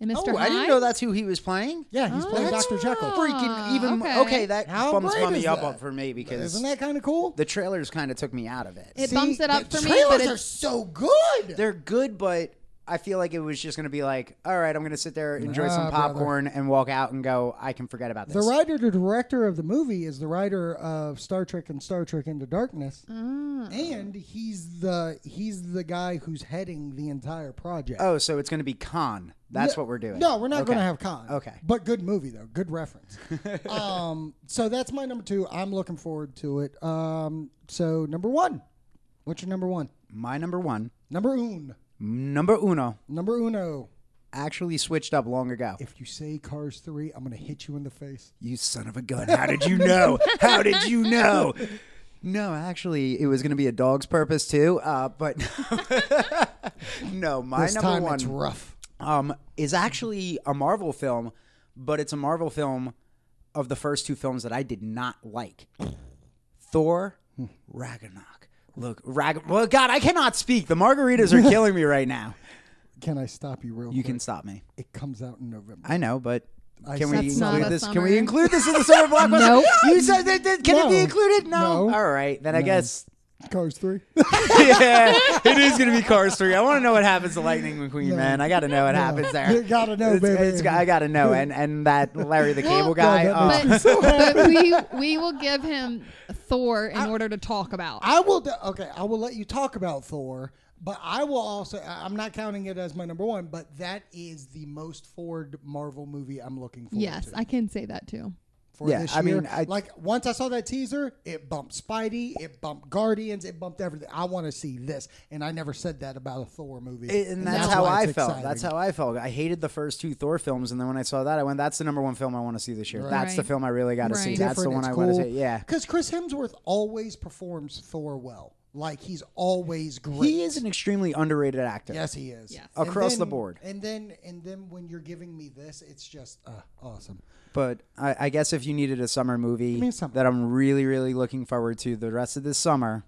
[SPEAKER 2] And Mr.
[SPEAKER 4] Oh, I didn't
[SPEAKER 2] Hyde?
[SPEAKER 4] know that's who he was playing.
[SPEAKER 3] Yeah,
[SPEAKER 2] Oh.
[SPEAKER 3] he's playing Doctor Jekyll.
[SPEAKER 4] Freaking even
[SPEAKER 2] okay.
[SPEAKER 4] okay, that
[SPEAKER 3] How
[SPEAKER 4] bums
[SPEAKER 3] great
[SPEAKER 4] me
[SPEAKER 3] is
[SPEAKER 4] up,
[SPEAKER 3] that?
[SPEAKER 4] up for me because
[SPEAKER 3] Isn't that kind of cool?
[SPEAKER 4] the trailers kind of took me out of it.
[SPEAKER 2] It bumps it up
[SPEAKER 3] the
[SPEAKER 2] for me,
[SPEAKER 3] trailers
[SPEAKER 2] but
[SPEAKER 3] are
[SPEAKER 2] it's
[SPEAKER 3] so good.
[SPEAKER 4] They're good, but I feel like it was just going to be like, all right, I'm going to sit there, enjoy
[SPEAKER 3] Nah,
[SPEAKER 4] some
[SPEAKER 3] brother.
[SPEAKER 4] popcorn, and walk out and go. I can forget about this.
[SPEAKER 3] The writer, the director of the movie, is the writer of Star Trek and Star Trek Into Darkness,
[SPEAKER 2] Oh.
[SPEAKER 3] and he's the he's the guy who's heading the entire project.
[SPEAKER 4] Oh, so it's going to be con. That's what we're doing.
[SPEAKER 3] No, we're not
[SPEAKER 4] Okay.
[SPEAKER 3] going to have Khan.
[SPEAKER 4] Okay.
[SPEAKER 3] But good movie, though. Good reference. um, so that's my number two. I'm looking forward to it. Um, so, number one. What's your number one?
[SPEAKER 4] My number one,
[SPEAKER 3] Number un.
[SPEAKER 4] number uno,
[SPEAKER 3] Number uno.
[SPEAKER 4] actually switched up long ago.
[SPEAKER 3] If you say Cars 3, I'm going to hit you in the face.
[SPEAKER 4] You son of a gun. How did you know? How did you know? No, actually, it was going to be a dog's purpose too. Uh, but no, my
[SPEAKER 3] This
[SPEAKER 4] number
[SPEAKER 3] time
[SPEAKER 4] one
[SPEAKER 3] it's rough.
[SPEAKER 4] um, is actually a Marvel film, but it's a Marvel film of the first two films that I did not like. Thor Ragnarok. Look, Rag. Well, God, I cannot speak. The margaritas are killing me right now.
[SPEAKER 3] Can I stop you real
[SPEAKER 4] You
[SPEAKER 3] quick?
[SPEAKER 4] can stop me.
[SPEAKER 3] It comes out in November.
[SPEAKER 4] I know, but.
[SPEAKER 3] I
[SPEAKER 4] Can we
[SPEAKER 3] said That's not
[SPEAKER 4] include
[SPEAKER 2] a
[SPEAKER 4] this? Can we
[SPEAKER 2] summary.
[SPEAKER 4] include this in the summer blockbuster?
[SPEAKER 2] Nope.
[SPEAKER 4] You said that, that- can it be
[SPEAKER 3] No.
[SPEAKER 4] included? No.
[SPEAKER 3] No.
[SPEAKER 4] All right, then I guess.
[SPEAKER 3] Cars 3.
[SPEAKER 4] yeah, it is gonna be Cars three. I want to know what happens to Lightning McQueen, man. I got to know what happens there.
[SPEAKER 3] You gotta know,
[SPEAKER 4] It's-
[SPEAKER 3] baby.
[SPEAKER 4] it's- I got to know, and and that Larry the Cable
[SPEAKER 2] Well,
[SPEAKER 4] Guy.
[SPEAKER 3] no, that
[SPEAKER 4] uh,
[SPEAKER 3] makes
[SPEAKER 2] but, but we we will give him Thor in order to talk about.
[SPEAKER 3] I will. do- okay, I will let you talk about Thor, but I will also. I- I'm not counting it as my number one, but that is the most forward Marvel movie I'm looking forward
[SPEAKER 2] yes,
[SPEAKER 3] to
[SPEAKER 2] I can say that too.
[SPEAKER 3] for
[SPEAKER 4] Yeah,
[SPEAKER 3] this
[SPEAKER 4] I
[SPEAKER 3] year.
[SPEAKER 4] mean, I-
[SPEAKER 3] like once I saw that teaser, it bumped Spidey, it bumped Guardians, it bumped everything. I want to see this, and I never said that about a Thor movie.
[SPEAKER 4] and that's, how I
[SPEAKER 3] why it's
[SPEAKER 4] felt.
[SPEAKER 3] exciting.
[SPEAKER 4] That's how I felt. I hated the first two Thor films, and then when I saw that, I went, "That's the number one film I want to see this year. That's the
[SPEAKER 2] Right.
[SPEAKER 4] film I really got to see.
[SPEAKER 2] Right.
[SPEAKER 4] That's the one I want to see." Yeah,
[SPEAKER 3] because Chris Hemsworth always performs Thor well. Like he's always great.
[SPEAKER 4] he is an extremely underrated actor.
[SPEAKER 3] Yes, he is.
[SPEAKER 2] Yes.
[SPEAKER 3] And
[SPEAKER 4] Across
[SPEAKER 3] then-
[SPEAKER 4] the board.
[SPEAKER 3] And then and then when you're giving me this, it's just uh, awesome.
[SPEAKER 4] But I, I guess if you needed a summer movie
[SPEAKER 3] me something.
[SPEAKER 4] that I'm really, really looking forward to the rest of this summer,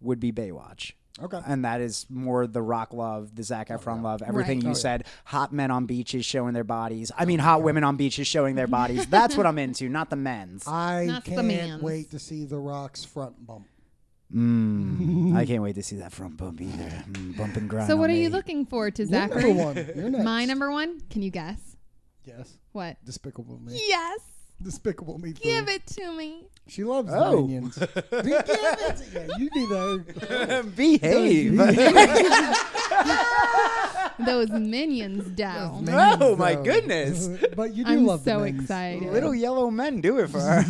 [SPEAKER 4] would be Baywatch.
[SPEAKER 3] Okay.
[SPEAKER 4] And that is more the rock love, the Zac Efron love, everything
[SPEAKER 2] Right. Oh,
[SPEAKER 4] you said. Hot men on beaches showing their bodies. I mean, hot women on beaches showing their bodies. That's what I'm into, not the men's.
[SPEAKER 3] I
[SPEAKER 2] That's the
[SPEAKER 3] can't
[SPEAKER 2] man's.
[SPEAKER 3] wait to see The Rock's front bump.
[SPEAKER 4] I can't wait to see that front bump either. Mm, bump and grind.
[SPEAKER 2] So
[SPEAKER 4] on
[SPEAKER 2] what are you
[SPEAKER 4] me.
[SPEAKER 2] looking for to
[SPEAKER 3] Your
[SPEAKER 2] Zachary?
[SPEAKER 3] number one. You're next.
[SPEAKER 2] My number one. Can you guess
[SPEAKER 3] Yes.
[SPEAKER 2] what?
[SPEAKER 3] Despicable Me.
[SPEAKER 2] Yes.
[SPEAKER 3] Despicable Me. Three.
[SPEAKER 2] Give it to me.
[SPEAKER 3] She loves the
[SPEAKER 4] Oh.
[SPEAKER 3] onions. Give it. Yeah, you do that.
[SPEAKER 4] Behave.
[SPEAKER 2] Those minions down.
[SPEAKER 4] Oh, my goodness.
[SPEAKER 3] but you do
[SPEAKER 2] I'm
[SPEAKER 3] love
[SPEAKER 2] so
[SPEAKER 3] the minions.
[SPEAKER 2] excited.
[SPEAKER 4] Little yellow men do it for her.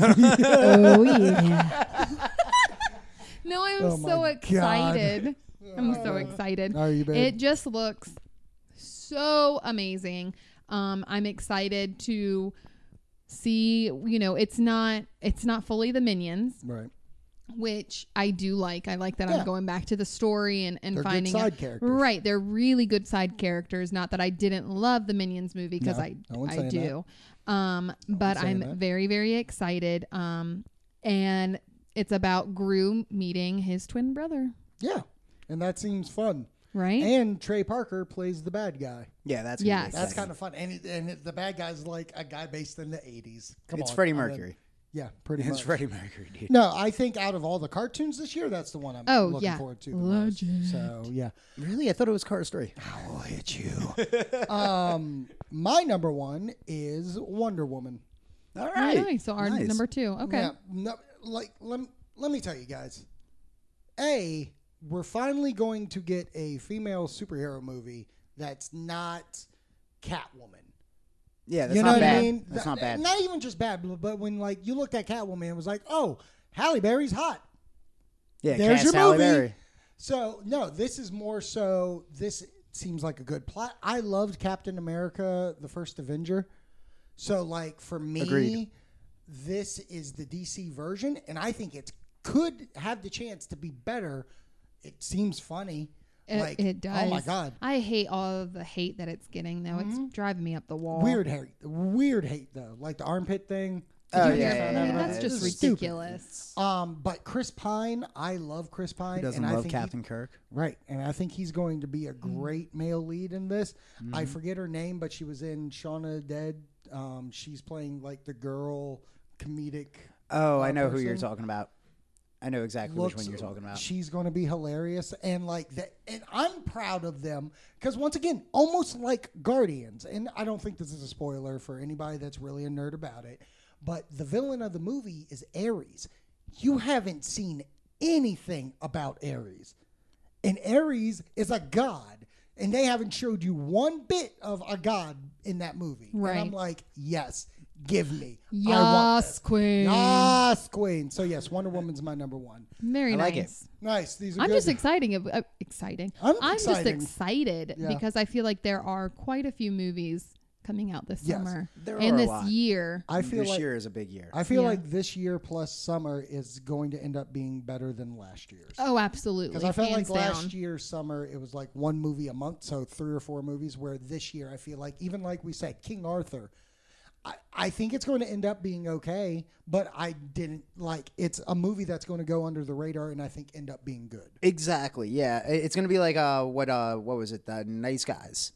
[SPEAKER 2] oh yeah. no, I'm
[SPEAKER 3] Oh,
[SPEAKER 2] so
[SPEAKER 3] my God. Oh.
[SPEAKER 2] excited. I'm so excited.
[SPEAKER 3] Are you, babe?
[SPEAKER 2] It just looks so amazing. Um, I'm excited to see. You know, it's not it's not fully the minions,
[SPEAKER 3] Right.
[SPEAKER 2] which I do like. I like that
[SPEAKER 3] Yeah.
[SPEAKER 2] I'm going back to the story and, and
[SPEAKER 3] They're good
[SPEAKER 2] finding
[SPEAKER 3] side
[SPEAKER 2] out-
[SPEAKER 3] characters.
[SPEAKER 2] Right, they're really good side characters. Not that I didn't love the Minions movie because
[SPEAKER 3] No,
[SPEAKER 2] I
[SPEAKER 3] no one's
[SPEAKER 2] I
[SPEAKER 3] saying
[SPEAKER 2] do, um, but
[SPEAKER 3] saying
[SPEAKER 2] I'm
[SPEAKER 3] that.
[SPEAKER 2] very very excited. Um, and it's about Gru meeting his twin brother.
[SPEAKER 3] Yeah. And that seems fun.
[SPEAKER 2] Right?
[SPEAKER 3] And Trey Parker plays the bad guy.
[SPEAKER 4] yeah, that's
[SPEAKER 2] Yes.
[SPEAKER 4] yes.
[SPEAKER 3] That's kind of fun. And, it, and it, the bad guy's like a guy based in the 80s. Come
[SPEAKER 4] It's
[SPEAKER 3] on.
[SPEAKER 4] Freddie
[SPEAKER 3] I mean,
[SPEAKER 4] Mercury.
[SPEAKER 3] Yeah, pretty
[SPEAKER 4] It's
[SPEAKER 3] much.
[SPEAKER 4] Freddie Mercury, dude.
[SPEAKER 3] No, I think out of all the cartoons this year, that's the one I'm
[SPEAKER 2] Oh,
[SPEAKER 3] looking
[SPEAKER 2] yeah.
[SPEAKER 3] forward to. the most.
[SPEAKER 2] Legend.
[SPEAKER 3] So yeah,
[SPEAKER 4] Really? I thought it was Cars 3.
[SPEAKER 3] I will hit you. um, my number one is Wonder Woman.
[SPEAKER 4] All
[SPEAKER 2] All
[SPEAKER 4] right.
[SPEAKER 2] right, Oh, so our
[SPEAKER 4] Nice.
[SPEAKER 2] number two. Okay.
[SPEAKER 3] Yeah, no, like let let me tell you guys. A, we're finally going to get a female superhero movie that's not Catwoman.
[SPEAKER 4] Yeah, that's
[SPEAKER 3] you know
[SPEAKER 4] not
[SPEAKER 3] what
[SPEAKER 4] bad.
[SPEAKER 3] I mean?
[SPEAKER 4] That's
[SPEAKER 3] Th-
[SPEAKER 4] not bad.
[SPEAKER 3] Not even just bad, but- but when like you looked at Catwoman, it was like, oh, Halle Berry's hot.
[SPEAKER 4] yeah,
[SPEAKER 3] There's
[SPEAKER 4] cast
[SPEAKER 3] your
[SPEAKER 4] Halle
[SPEAKER 3] movie.
[SPEAKER 4] Berry.
[SPEAKER 3] So no, this is more so. This seems like a good plot. I loved Captain America: The First Avenger. So like for me,
[SPEAKER 4] Agreed.
[SPEAKER 3] this is the DC version, and I think it could have the chance to be better. It seems funny.
[SPEAKER 2] It,
[SPEAKER 3] like
[SPEAKER 2] it does.
[SPEAKER 3] Oh my god, Mm-hmm.
[SPEAKER 2] I hate all of the hate that it's getting though. It's driving me up the wall.
[SPEAKER 3] weird hate. Weird hate though, like the armpit thing.
[SPEAKER 4] Oh,
[SPEAKER 3] Did you
[SPEAKER 4] yeah,
[SPEAKER 3] hear
[SPEAKER 4] yeah,
[SPEAKER 3] about
[SPEAKER 4] yeah.
[SPEAKER 3] that?
[SPEAKER 2] That's
[SPEAKER 4] It's
[SPEAKER 2] just
[SPEAKER 3] stupid.
[SPEAKER 2] ridiculous.
[SPEAKER 3] Um, but Chris Pine, I love Chris Pine.
[SPEAKER 4] Who doesn't
[SPEAKER 3] and I
[SPEAKER 4] love
[SPEAKER 3] think he-
[SPEAKER 4] Captain Kirk?
[SPEAKER 3] Right, and I think he's going to be a great male lead in this. I forget her name, but she was in Shauna Dead. Um, she's playing like the girl comedic.
[SPEAKER 4] Oh, I
[SPEAKER 3] That
[SPEAKER 4] know who you're
[SPEAKER 3] person.
[SPEAKER 4] talking about. I know exactly which
[SPEAKER 3] Looks,
[SPEAKER 4] one you're talking about.
[SPEAKER 3] She's going to be hilarious, and like that. And I'm proud of them because once again, almost like Guardians. And I don't think this is a spoiler for anybody that's really a nerd about it, but the villain of the movie is Ares. You haven't seen anything about Ares. and Ares is a god, and they haven't showed you one bit of a god in that movie. And I'm
[SPEAKER 2] Right.
[SPEAKER 3] like, yes, give me. I want
[SPEAKER 2] Yes,
[SPEAKER 3] this.
[SPEAKER 2] Queen.
[SPEAKER 3] Yes, queen. So yes, Wonder Woman's my number one.
[SPEAKER 2] Very
[SPEAKER 4] I like it.
[SPEAKER 2] nice.
[SPEAKER 3] Nice. These are
[SPEAKER 2] I'm
[SPEAKER 3] good.
[SPEAKER 2] just exciting. ab- Uh, exciting.
[SPEAKER 3] I'm
[SPEAKER 2] just
[SPEAKER 3] exciting.
[SPEAKER 2] excited
[SPEAKER 3] Yeah.
[SPEAKER 2] because I feel like there are quite a few movies coming out this
[SPEAKER 3] Yes,
[SPEAKER 2] summer
[SPEAKER 4] there are a
[SPEAKER 2] and this
[SPEAKER 4] lot.
[SPEAKER 2] year.
[SPEAKER 3] I feel
[SPEAKER 4] this
[SPEAKER 3] like
[SPEAKER 4] year is a big year.
[SPEAKER 3] I feel
[SPEAKER 2] Yeah.
[SPEAKER 3] like this year plus summer is going to end up being better than last year's.
[SPEAKER 2] oh, absolutely.
[SPEAKER 3] Because I felt like
[SPEAKER 2] Hands down.
[SPEAKER 3] last year summer it was like one movie a month, so three or four movies. Where this year I feel like even like we said King Arthur, I, I think it's going to end up being okay, but I didn't like it's a movie that's going to go under the radar and I think end up being good.
[SPEAKER 4] exactly. Yeah, I- it's gonna be like uh, what uh, what was it? The Nice Guys.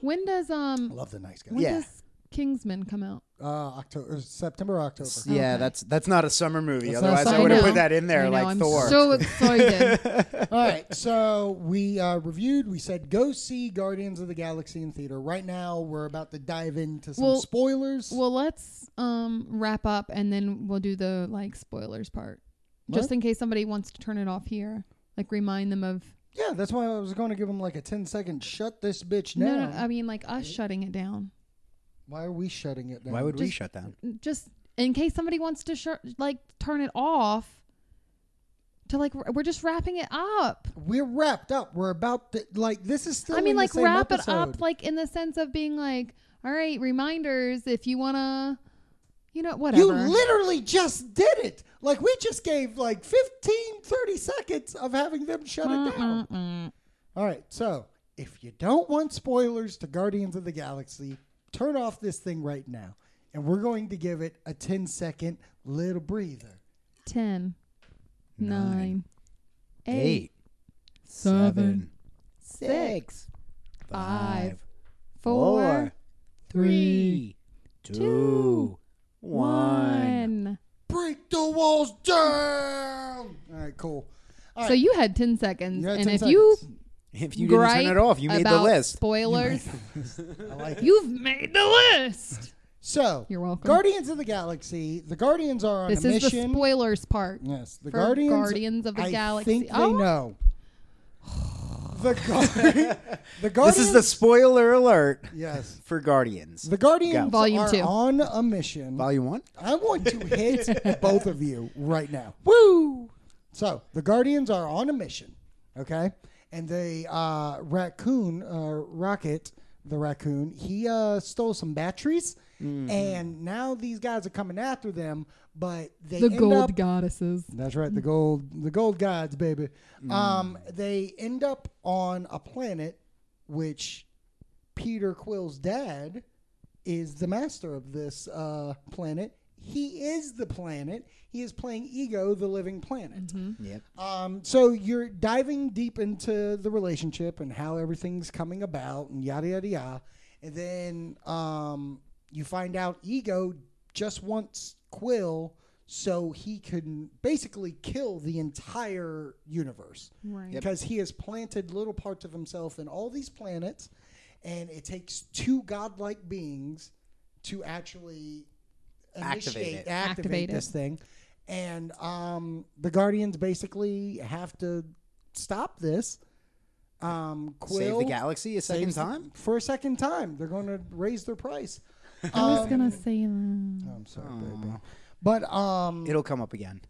[SPEAKER 2] When does
[SPEAKER 3] I
[SPEAKER 2] um
[SPEAKER 3] love the nice guy.
[SPEAKER 2] when
[SPEAKER 4] Yeah.
[SPEAKER 2] does Kingsman come out?
[SPEAKER 3] Uh, October, September, October.
[SPEAKER 4] Yeah,
[SPEAKER 2] Okay.
[SPEAKER 4] that's that's not a summer movie.
[SPEAKER 3] That's not a
[SPEAKER 4] Otherwise, I
[SPEAKER 3] summer
[SPEAKER 4] would have
[SPEAKER 3] movie.
[SPEAKER 4] put that in there
[SPEAKER 2] I know,
[SPEAKER 4] like
[SPEAKER 2] I'm
[SPEAKER 4] Thor.
[SPEAKER 2] So excited.
[SPEAKER 3] All right, so we uh, reviewed. We said go see Guardians of the Galaxy in theater. Right now, we're about to dive into some
[SPEAKER 2] Well-
[SPEAKER 3] spoilers.
[SPEAKER 2] Well, let's um, wrap up and then we'll do the like spoilers part, just
[SPEAKER 3] What?
[SPEAKER 2] in case somebody wants to turn it off here. Like remind them of
[SPEAKER 3] yeah, that's why I was going to give them like a 10 second shut this bitch
[SPEAKER 2] no,
[SPEAKER 3] down.
[SPEAKER 2] no, I mean like us shutting it down,
[SPEAKER 3] Why are we shutting it down?
[SPEAKER 4] Why would we
[SPEAKER 2] Just-
[SPEAKER 4] shut down?
[SPEAKER 2] just in case somebody wants to sh- like turn it off. To like r- we're just wrapping it up.
[SPEAKER 3] We're wrapped up. We're about to like this is still.
[SPEAKER 2] I mean,
[SPEAKER 3] in the
[SPEAKER 2] like
[SPEAKER 3] same
[SPEAKER 2] wrap
[SPEAKER 3] episode.
[SPEAKER 2] it up, like in the sense of being like, all right, reminders if you wanna, you know, whatever.
[SPEAKER 3] you literally just did it. Like we just gave like 15, 30 seconds of having them shut it down. All right, so if you don't want spoilers to Guardians of the Galaxy, turn off this thing right now, and we're going to give it a 10 second little breather.
[SPEAKER 2] Ten, nine, eight,
[SPEAKER 4] Eight,
[SPEAKER 2] seven, six,
[SPEAKER 4] six,
[SPEAKER 2] five,
[SPEAKER 4] four,
[SPEAKER 2] four, three, two,
[SPEAKER 4] two, one.
[SPEAKER 2] one.
[SPEAKER 3] Break the walls down. All right, cool. All
[SPEAKER 2] So you had 10 seconds.
[SPEAKER 3] You had
[SPEAKER 2] and
[SPEAKER 3] 10
[SPEAKER 2] if you
[SPEAKER 3] seconds.
[SPEAKER 4] If you didn't
[SPEAKER 2] gripe
[SPEAKER 4] turn it off, you made the
[SPEAKER 2] about
[SPEAKER 4] list.
[SPEAKER 2] spoilers,
[SPEAKER 3] I like it.
[SPEAKER 2] you've made the list.
[SPEAKER 3] So
[SPEAKER 2] You're welcome.
[SPEAKER 3] Guardians of the Galaxy. The Guardians are on
[SPEAKER 2] This
[SPEAKER 3] a
[SPEAKER 2] is
[SPEAKER 3] mission.
[SPEAKER 2] the spoilers part.
[SPEAKER 3] Yes, the
[SPEAKER 2] for
[SPEAKER 3] Guardians.
[SPEAKER 2] Guardians of the
[SPEAKER 3] I
[SPEAKER 2] Galaxy.
[SPEAKER 3] think they
[SPEAKER 2] Oh.
[SPEAKER 3] know. The, Guardian, the Guardians.
[SPEAKER 4] This is the spoiler alert
[SPEAKER 3] yes.
[SPEAKER 4] for Guardians.
[SPEAKER 3] The Guardians
[SPEAKER 4] Go.
[SPEAKER 2] Volume
[SPEAKER 3] are
[SPEAKER 2] two.
[SPEAKER 3] on a mission.
[SPEAKER 4] Volume one.
[SPEAKER 3] I want to hit both of you right now.
[SPEAKER 2] Woo!
[SPEAKER 3] So the Guardians are on a mission, okay? And the uh, raccoon, uh, Rocket, the raccoon, he uh, stole some batteries, and now these guys are coming after them. But they
[SPEAKER 2] The
[SPEAKER 3] end up
[SPEAKER 2] gold goddesses.
[SPEAKER 3] That's right, the gold, the gold gods, baby. Um, they end up on a planet which Peter Quill's dad is the master of this uh, planet. He is the planet. He is playing Ego, the living planet.
[SPEAKER 4] Yep.
[SPEAKER 3] Um, so you're diving deep into the relationship and how everything's coming about and yada yada yada, and then um, you find out Ego just wants Quill so he can basically kill the entire universe
[SPEAKER 2] Right.
[SPEAKER 3] because he has planted little parts of himself in all these planets, and it takes two godlike beings to actually
[SPEAKER 4] Activate
[SPEAKER 3] initiate-
[SPEAKER 4] it.
[SPEAKER 3] activate
[SPEAKER 2] Activate it.
[SPEAKER 3] this thing. And um, the Guardians basically have to stop this. Um, Quill
[SPEAKER 4] Save the galaxy a second
[SPEAKER 3] saves the-
[SPEAKER 4] time?
[SPEAKER 3] for a second time. They're going to raise their price. Um,
[SPEAKER 2] I was gonna say that.
[SPEAKER 3] I'm sorry, baby. But um,
[SPEAKER 4] It'll come up again.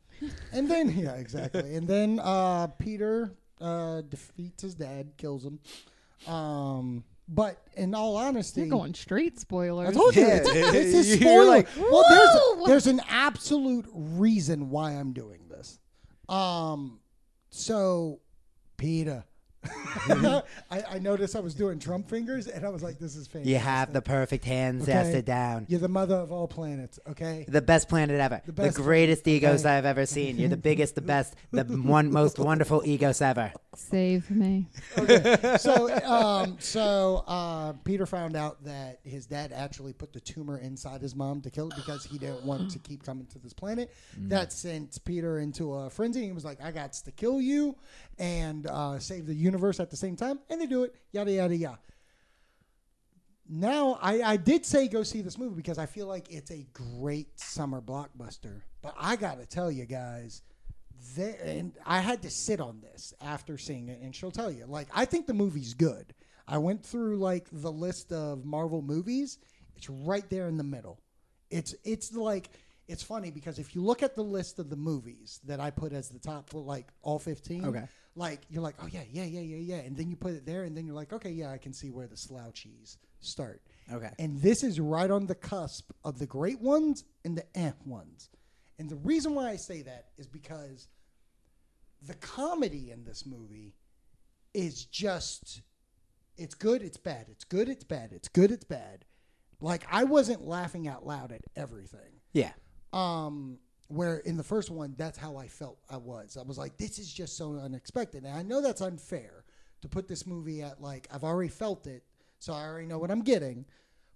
[SPEAKER 3] and then yeah, exactly. and then uh, Peter uh, defeats his dad, kills him. Um, but in all honesty,
[SPEAKER 2] You're Oh. going straight spoilers.
[SPEAKER 3] I told you
[SPEAKER 4] Yeah,
[SPEAKER 3] it's, it's a
[SPEAKER 4] you're
[SPEAKER 3] spoiler.
[SPEAKER 4] like,
[SPEAKER 3] well, there's
[SPEAKER 2] "Woo!"
[SPEAKER 3] there's an absolute reason why I'm doing this. Um, so Peter. I, I noticed I was doing Trump fingers, and I was like, "This is fantastic."
[SPEAKER 4] You have the perfect hands
[SPEAKER 3] Okay.
[SPEAKER 4] after down.
[SPEAKER 3] You're the mother of all planets, okay?
[SPEAKER 4] The best planet ever. The,
[SPEAKER 3] best
[SPEAKER 4] greatest egos I've ever seen. You're the biggest, the best, the one most wonderful egos ever.
[SPEAKER 2] Save me.
[SPEAKER 3] so, um, so uh, Peter found out that his dad actually put the tumor inside his mom to kill it because he didn't want to keep coming to this planet. That sent Peter into a frenzy. He was like, "I got to kill you and uh, save the universe at the same time," and they do it. Yada yada yada. Now, I, I did say go see this movie because I feel like it's a great summer blockbuster. But I gotta tell you guys, there and I had to sit on this after seeing it, and she'll tell you. Like, I think the movie's good. I went through like the list of Marvel movies. It's right there in the middle. It's it's like it's funny because if you look at the list of the movies that I put as the top for like all fifteen,
[SPEAKER 4] Okay.
[SPEAKER 3] like you're like, oh yeah, yeah, yeah, yeah, yeah, and then you put it there, and then you're like, okay, yeah, I can see where the slouchies start.
[SPEAKER 4] Okay.
[SPEAKER 3] And this is right on the cusp of the great ones and the eh ones. And the reason why I say that is because the comedy in this movie is just it's good, it's bad, it's good, it's bad, it's good, it's bad. Like I wasn't laughing out loud at everything.
[SPEAKER 4] Yeah.
[SPEAKER 3] Um where in the first one that's how I felt I was. I was like this is just so unexpected. And I know that's unfair to put this movie at like I've already felt it, so I already know what I'm getting.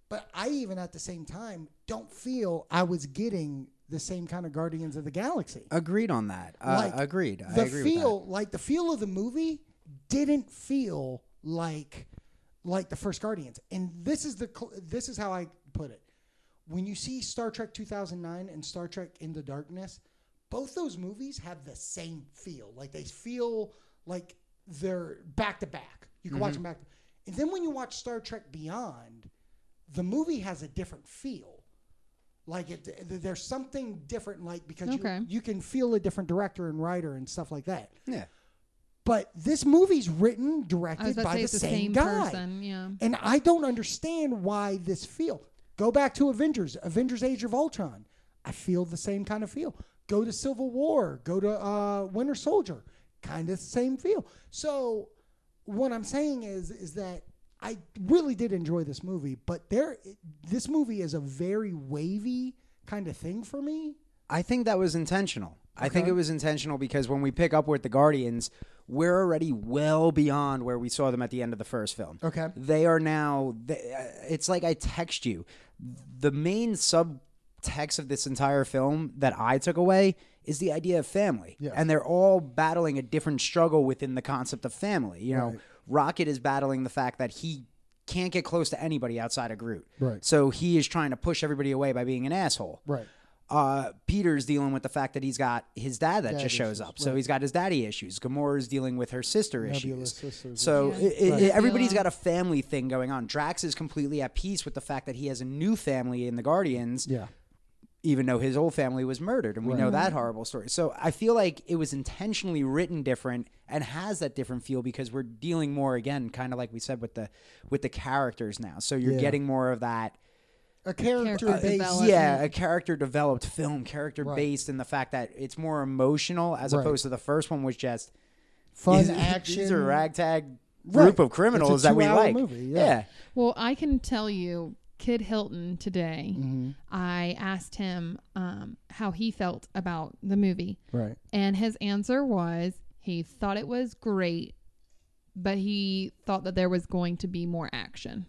[SPEAKER 3] But I even at the same time don't feel I was getting the same kind of Guardians of the Galaxy
[SPEAKER 4] Agreed on that. Uh,
[SPEAKER 3] Like,
[SPEAKER 4] agreed. I
[SPEAKER 3] the
[SPEAKER 4] agree
[SPEAKER 3] feel
[SPEAKER 4] with
[SPEAKER 3] like the feel of the movie didn't feel like like the first guardians and this is the cl- this is how i put it when you see star trek 2009 and star trek in the darkness both those movies have the same feel like they feel like they're back to back you can watch
[SPEAKER 4] Mm-hmm.
[SPEAKER 3] them back and then when you watch star trek beyond the movie has a different feel like it, th- there's something different like because
[SPEAKER 2] Okay.
[SPEAKER 3] you, you can feel a different director and writer and stuff like that
[SPEAKER 4] that. Yeah.
[SPEAKER 3] but this movie's written
[SPEAKER 2] I was
[SPEAKER 3] directed
[SPEAKER 2] about to
[SPEAKER 3] by
[SPEAKER 2] say
[SPEAKER 3] the
[SPEAKER 2] it's the
[SPEAKER 3] same,
[SPEAKER 2] same
[SPEAKER 3] guy
[SPEAKER 2] person. Yeah.
[SPEAKER 3] and i don't understand why this feel go back to avengers avengers age of ultron i feel the same kind of feel go to civil war go to uh, winter soldier kind of the same feel so what i'm saying is is that i really did enjoy this movie but there this movie is a very wavy kind of thing for me
[SPEAKER 4] I think that was intentional. I think it was intentional because when we pick up with the Guardians, we're already well beyond where we saw them at the end of the first film.
[SPEAKER 3] Okay.
[SPEAKER 4] They are now, they, uh, it's like I text you. The main subtext of this entire film that I took away is the idea of family.
[SPEAKER 3] Yeah.
[SPEAKER 4] And they're all battling a different struggle within the concept of family. You know,
[SPEAKER 3] Right.
[SPEAKER 4] Rocket is battling the fact that he can't get close to anybody outside of Groot.
[SPEAKER 3] Right.
[SPEAKER 4] So he is trying to push everybody away by being an asshole
[SPEAKER 3] right
[SPEAKER 4] uh, Peter's dealing with the fact that he's got his dad that just shows
[SPEAKER 3] issues,
[SPEAKER 4] up, so he's got his daddy issues. Gamora's dealing with her sister issues.
[SPEAKER 3] sisters,
[SPEAKER 4] so
[SPEAKER 2] yeah.
[SPEAKER 4] it, it,
[SPEAKER 3] Right.
[SPEAKER 4] it- everybody's
[SPEAKER 2] Yeah.
[SPEAKER 4] got a family thing going on. Drax is completely at peace with the fact that he has a new family in the Guardians,
[SPEAKER 3] yeah
[SPEAKER 4] even though his old family was murdered, and we know that horrible story. So I feel like it was intentionally written different and has that different feel because we're dealing more again, kind of like we said with the with the characters now. So you're
[SPEAKER 3] Yeah.
[SPEAKER 4] getting more of that
[SPEAKER 3] a character
[SPEAKER 2] Character
[SPEAKER 3] based
[SPEAKER 2] development.
[SPEAKER 4] yeah, a character developed film, character based in the fact that it's more emotional as
[SPEAKER 3] Right.
[SPEAKER 4] opposed to the first one was just
[SPEAKER 3] fun
[SPEAKER 4] these-
[SPEAKER 3] action.
[SPEAKER 4] These are ragtag
[SPEAKER 3] Right.
[SPEAKER 4] group of
[SPEAKER 3] It's a
[SPEAKER 4] criminals that we
[SPEAKER 3] two-hour
[SPEAKER 4] like.
[SPEAKER 3] movie, yeah.
[SPEAKER 2] Well, I can tell you, Kid Hilton today,
[SPEAKER 3] Mm-hmm.
[SPEAKER 2] I asked him um, how he felt about the movie.
[SPEAKER 3] right.
[SPEAKER 2] And his answer was he thought it was great, but he thought that there was going to be more action.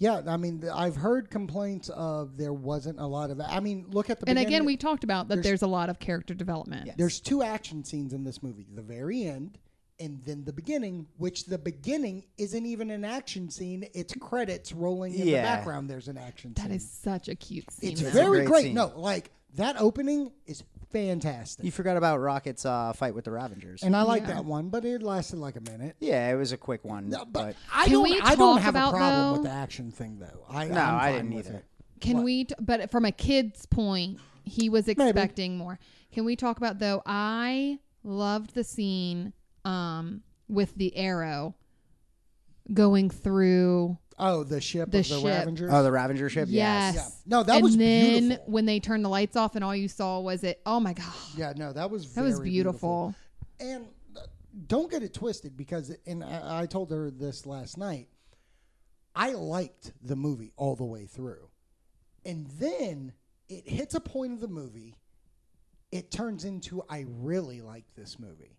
[SPEAKER 3] Yeah, I mean, th- I've heard complaints of there wasn't a lot of. I mean, look at the.
[SPEAKER 2] And
[SPEAKER 3] beginning-
[SPEAKER 2] again, we talked about that there's, a lot of character development.
[SPEAKER 3] There's two action scenes in this movie: the very end and then the beginning. Which the beginning isn't even an action scene; it's credits rolling in
[SPEAKER 4] Yeah.
[SPEAKER 3] the background. There's an action.
[SPEAKER 2] That
[SPEAKER 3] scene.
[SPEAKER 2] is such a cute scene.
[SPEAKER 3] It's
[SPEAKER 2] though.
[SPEAKER 3] very
[SPEAKER 4] great
[SPEAKER 3] great.
[SPEAKER 4] scene.
[SPEAKER 3] No, like that opening is fantastic,
[SPEAKER 4] You forgot about Rocket's uh, fight with the Ravengers.
[SPEAKER 3] and I like
[SPEAKER 2] Yeah.
[SPEAKER 3] that one, but it lasted like a minute.
[SPEAKER 4] yeah, it was a quick one.
[SPEAKER 3] No,
[SPEAKER 4] but
[SPEAKER 3] but I
[SPEAKER 2] Can
[SPEAKER 3] don't.
[SPEAKER 2] we
[SPEAKER 3] I don't
[SPEAKER 2] talk
[SPEAKER 3] have
[SPEAKER 2] about,
[SPEAKER 3] a problem
[SPEAKER 2] though-
[SPEAKER 3] with the action thing, though. I
[SPEAKER 4] No,
[SPEAKER 3] I'm
[SPEAKER 4] I
[SPEAKER 3] fine
[SPEAKER 4] didn't
[SPEAKER 3] with
[SPEAKER 4] either.
[SPEAKER 3] it.
[SPEAKER 2] Can
[SPEAKER 3] What?
[SPEAKER 2] we? T- but from a kid's point, he was expecting more. Can we talk about though? I loved the scene um, with the arrow going through.
[SPEAKER 3] Oh, the ship.
[SPEAKER 2] The
[SPEAKER 3] of the
[SPEAKER 2] ship.
[SPEAKER 3] Ravengers.
[SPEAKER 4] oh, the Ravenger ship.
[SPEAKER 2] Yes.
[SPEAKER 3] Yeah. No, that
[SPEAKER 2] and
[SPEAKER 3] was
[SPEAKER 2] then
[SPEAKER 3] beautiful.
[SPEAKER 2] when they turned the lights off and all you saw was it. Oh my god,
[SPEAKER 3] Yeah, no, that was
[SPEAKER 2] that was
[SPEAKER 3] very
[SPEAKER 2] beautiful.
[SPEAKER 3] And uh, don't get it twisted because, and I, I told her this last night. I liked the movie all the way through, and then it hits a point of the movie. It turns into I really like this movie,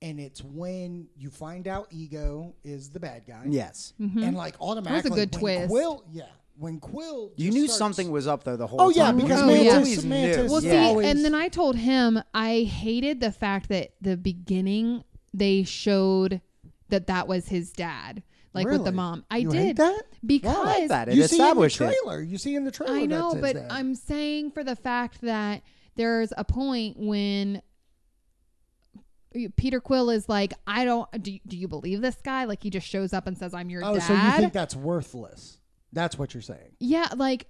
[SPEAKER 3] and it's when you find out Ego is the bad guy.
[SPEAKER 4] Yes.
[SPEAKER 2] Mm-hmm.
[SPEAKER 3] and like automatically
[SPEAKER 2] good
[SPEAKER 3] when
[SPEAKER 2] twist.
[SPEAKER 3] Quill, yeah, when Quill,
[SPEAKER 4] You
[SPEAKER 3] just
[SPEAKER 4] knew
[SPEAKER 3] starts-
[SPEAKER 4] something was up though the whole
[SPEAKER 3] Oh yeah,
[SPEAKER 4] time.
[SPEAKER 3] because
[SPEAKER 2] Oh,
[SPEAKER 3] Mantis,
[SPEAKER 2] yeah.
[SPEAKER 4] Always knew.
[SPEAKER 3] Mantis,
[SPEAKER 2] Well,
[SPEAKER 3] is
[SPEAKER 4] yeah.
[SPEAKER 2] see,
[SPEAKER 3] always-
[SPEAKER 2] and then I told him I hated the fact that the beginning they showed that that was his dad, like with the
[SPEAKER 3] Really?
[SPEAKER 2] mom. I
[SPEAKER 3] You
[SPEAKER 2] did
[SPEAKER 3] hate that?
[SPEAKER 2] because
[SPEAKER 4] I like that. It
[SPEAKER 3] you
[SPEAKER 4] established
[SPEAKER 3] see in
[SPEAKER 4] it.
[SPEAKER 3] the trailer. You see in the trailer.
[SPEAKER 2] I
[SPEAKER 3] that
[SPEAKER 2] know,
[SPEAKER 3] says
[SPEAKER 2] but
[SPEAKER 3] that.
[SPEAKER 2] I'm saying for the fact that there's a point when Peter Quill is like, I don't. Do, do you believe this guy? Like he just shows up and says, "I'm your
[SPEAKER 3] Oh,
[SPEAKER 2] dad."
[SPEAKER 3] so you think that's worthless? That's what you're saying.
[SPEAKER 2] yeah, like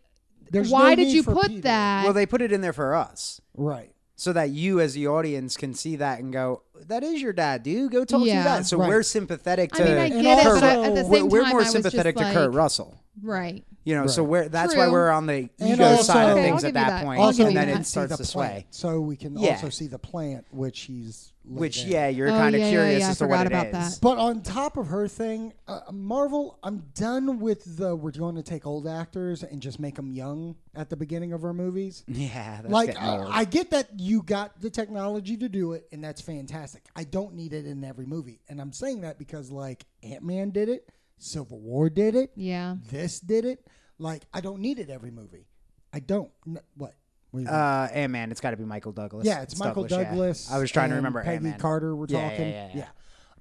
[SPEAKER 3] There's
[SPEAKER 2] why
[SPEAKER 3] no
[SPEAKER 2] did
[SPEAKER 3] need
[SPEAKER 2] you
[SPEAKER 3] for
[SPEAKER 2] put
[SPEAKER 3] Peter.
[SPEAKER 2] that?
[SPEAKER 4] Well, they put it in there for us
[SPEAKER 3] Right.
[SPEAKER 4] so that you as the audience can see that and go, "That is your dad, dude. Go talk
[SPEAKER 2] Yeah.
[SPEAKER 4] to that." So
[SPEAKER 3] Right.
[SPEAKER 4] we're sympathetic
[SPEAKER 2] I
[SPEAKER 4] to
[SPEAKER 2] mean, I
[SPEAKER 3] And
[SPEAKER 2] get it, but I,
[SPEAKER 3] also-
[SPEAKER 2] at the
[SPEAKER 4] we're,
[SPEAKER 3] We're-
[SPEAKER 2] same
[SPEAKER 4] we're
[SPEAKER 2] time,
[SPEAKER 4] more
[SPEAKER 2] I was just
[SPEAKER 4] sympathetic to
[SPEAKER 2] like,
[SPEAKER 4] Kurt Russell.
[SPEAKER 2] right?
[SPEAKER 4] You know, so
[SPEAKER 3] Right.
[SPEAKER 4] we're that's why
[SPEAKER 2] True.
[SPEAKER 4] we're on the
[SPEAKER 3] And
[SPEAKER 4] ego
[SPEAKER 3] also-
[SPEAKER 4] side of
[SPEAKER 3] Okay,
[SPEAKER 4] things at
[SPEAKER 2] I'll give
[SPEAKER 4] that,
[SPEAKER 2] you that.
[SPEAKER 4] point,
[SPEAKER 2] I'll give
[SPEAKER 3] Also,
[SPEAKER 2] you
[SPEAKER 4] and then
[SPEAKER 2] that.
[SPEAKER 3] we
[SPEAKER 4] it
[SPEAKER 3] can see
[SPEAKER 4] starts
[SPEAKER 3] the
[SPEAKER 4] to sway.
[SPEAKER 3] plant, so we can
[SPEAKER 4] Yeah.
[SPEAKER 3] also see the plant, which he's laid
[SPEAKER 4] Which,
[SPEAKER 3] down.
[SPEAKER 4] yeah, you're
[SPEAKER 2] Oh,
[SPEAKER 4] kind of
[SPEAKER 2] yeah, yeah,
[SPEAKER 4] curious
[SPEAKER 2] yeah, I
[SPEAKER 4] as to what
[SPEAKER 2] forgot
[SPEAKER 4] it
[SPEAKER 2] about
[SPEAKER 4] is.
[SPEAKER 2] that.
[SPEAKER 3] But on top of her thing, uh, Marvel, I'm done with the we're going to take old actors and just make them young at the beginning of our movies.
[SPEAKER 4] Yeah, that's
[SPEAKER 3] like
[SPEAKER 4] getting
[SPEAKER 3] I,
[SPEAKER 2] uh,
[SPEAKER 4] old.
[SPEAKER 3] I get that you got the technology to do it and that's fantastic i don't need it in every movie and i'm saying that because like ant-man did it civil war did it
[SPEAKER 2] Yeah.
[SPEAKER 3] this did it like i don't need it every movie i don't N- what What do you think?
[SPEAKER 4] Uh, Ant Man. It's got to be Michael Douglas.
[SPEAKER 3] yeah it's michael
[SPEAKER 4] yeah.
[SPEAKER 3] douglas
[SPEAKER 4] I was trying to
[SPEAKER 3] and
[SPEAKER 4] remember
[SPEAKER 3] peggy
[SPEAKER 4] Ant Man.
[SPEAKER 3] carter we're
[SPEAKER 4] Yeah, yeah,
[SPEAKER 3] talking
[SPEAKER 4] yeah, yeah.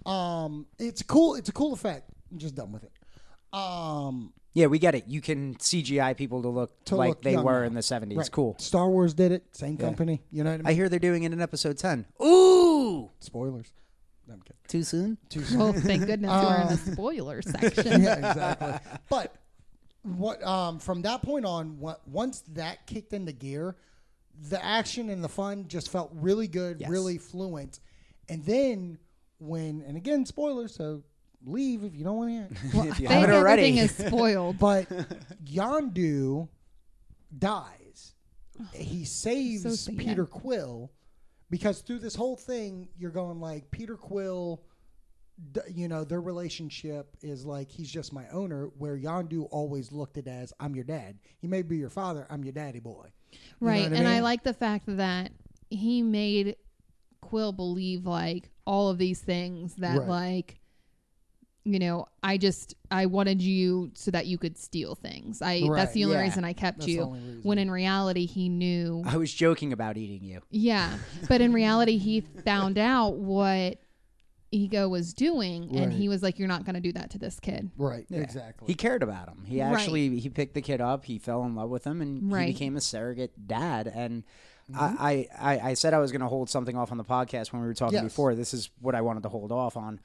[SPEAKER 3] yeah. um it's cool it's a cool effect i'm just done with it um
[SPEAKER 4] Yeah, we get it. You can CGI people to look
[SPEAKER 3] To
[SPEAKER 4] like
[SPEAKER 3] look
[SPEAKER 4] they
[SPEAKER 3] young
[SPEAKER 4] were
[SPEAKER 3] now.
[SPEAKER 4] in the seventies.
[SPEAKER 3] right.
[SPEAKER 4] Cool.
[SPEAKER 3] star wars did it same company you know what i mean
[SPEAKER 4] I hear they're doing it in episode ten. Ooh,
[SPEAKER 3] spoilers No, i'm kidding
[SPEAKER 4] too soon.
[SPEAKER 3] too soon
[SPEAKER 2] Well, thank goodness we're in the
[SPEAKER 3] Uh,
[SPEAKER 2] spoiler section.
[SPEAKER 3] yeah, exactly. But what um, from that point on, what, once that kicked into gear, the action and the fun just felt really good,
[SPEAKER 4] Yes.
[SPEAKER 3] really fluent. And then when, and again, spoilers, so leave if you don't want to hear. it.
[SPEAKER 2] Well, I
[SPEAKER 4] you
[SPEAKER 2] think
[SPEAKER 4] haven't already.
[SPEAKER 2] everything is spoiled.
[SPEAKER 3] But Yondu dies.
[SPEAKER 2] Oh,
[SPEAKER 3] He saves
[SPEAKER 2] sad.
[SPEAKER 3] Peter Quill because through this whole thing, you're going like Peter Quill. d- You know their relationship is like he's just my owner. Where Yondu always looked at as I'm your dad. He may be your father. I'm your daddy boy. You know
[SPEAKER 2] Right.
[SPEAKER 3] what
[SPEAKER 2] and I
[SPEAKER 3] mean?
[SPEAKER 2] like the fact that he made Quill believe like all of these things that
[SPEAKER 3] Right.
[SPEAKER 2] like you know, I just I wanted you so that you could steal things. I that's
[SPEAKER 3] Right,
[SPEAKER 2] the only
[SPEAKER 4] yeah.
[SPEAKER 2] reason I kept
[SPEAKER 3] That's the
[SPEAKER 2] you.
[SPEAKER 3] only reason.
[SPEAKER 2] When in reality he knew
[SPEAKER 4] I was joking about eating you.
[SPEAKER 2] Yeah. But in reality he found out what Ego was doing and he
[SPEAKER 3] Right.
[SPEAKER 2] was like, You're not gonna do that to this kid.
[SPEAKER 3] right,
[SPEAKER 4] Yeah.
[SPEAKER 3] exactly.
[SPEAKER 4] He cared about him. He
[SPEAKER 2] Right.
[SPEAKER 4] actually he picked the kid up. He fell in love with him, and
[SPEAKER 2] Right.
[SPEAKER 4] he became a surrogate dad. And I, I I I said I was going to hold something off on the podcast when we were talking
[SPEAKER 3] Yes.
[SPEAKER 4] before. This is what I wanted to hold off on.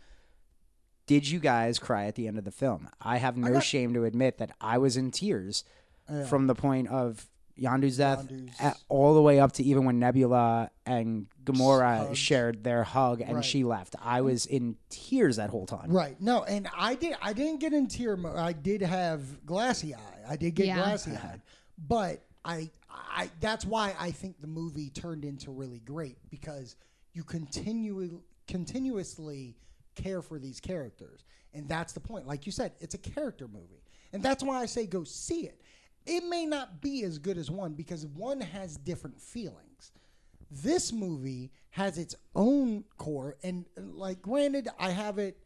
[SPEAKER 4] Did you guys cry at the end of the film? I have no shame to admit that I was in tears from the point of Yondu's death
[SPEAKER 3] Yondu's-
[SPEAKER 4] a- all the way up to even when Nebula and Gamora
[SPEAKER 3] Hugs.
[SPEAKER 4] shared their hug and
[SPEAKER 3] Right.
[SPEAKER 4] she left. I was in tears that whole time.
[SPEAKER 3] Right. No, and I did. I didn't get in tear mode. I did have glassy eye. I did get
[SPEAKER 2] Yeah.
[SPEAKER 3] glassy eyed, but I, I. That's why I think the movie turned into really great because you continue continuously care for these characters, and that's the point. Like you said, it's a character movie, and that's why I say go see it. It may not be as good as one because one has different feelings this movie has its own core and like granted i have it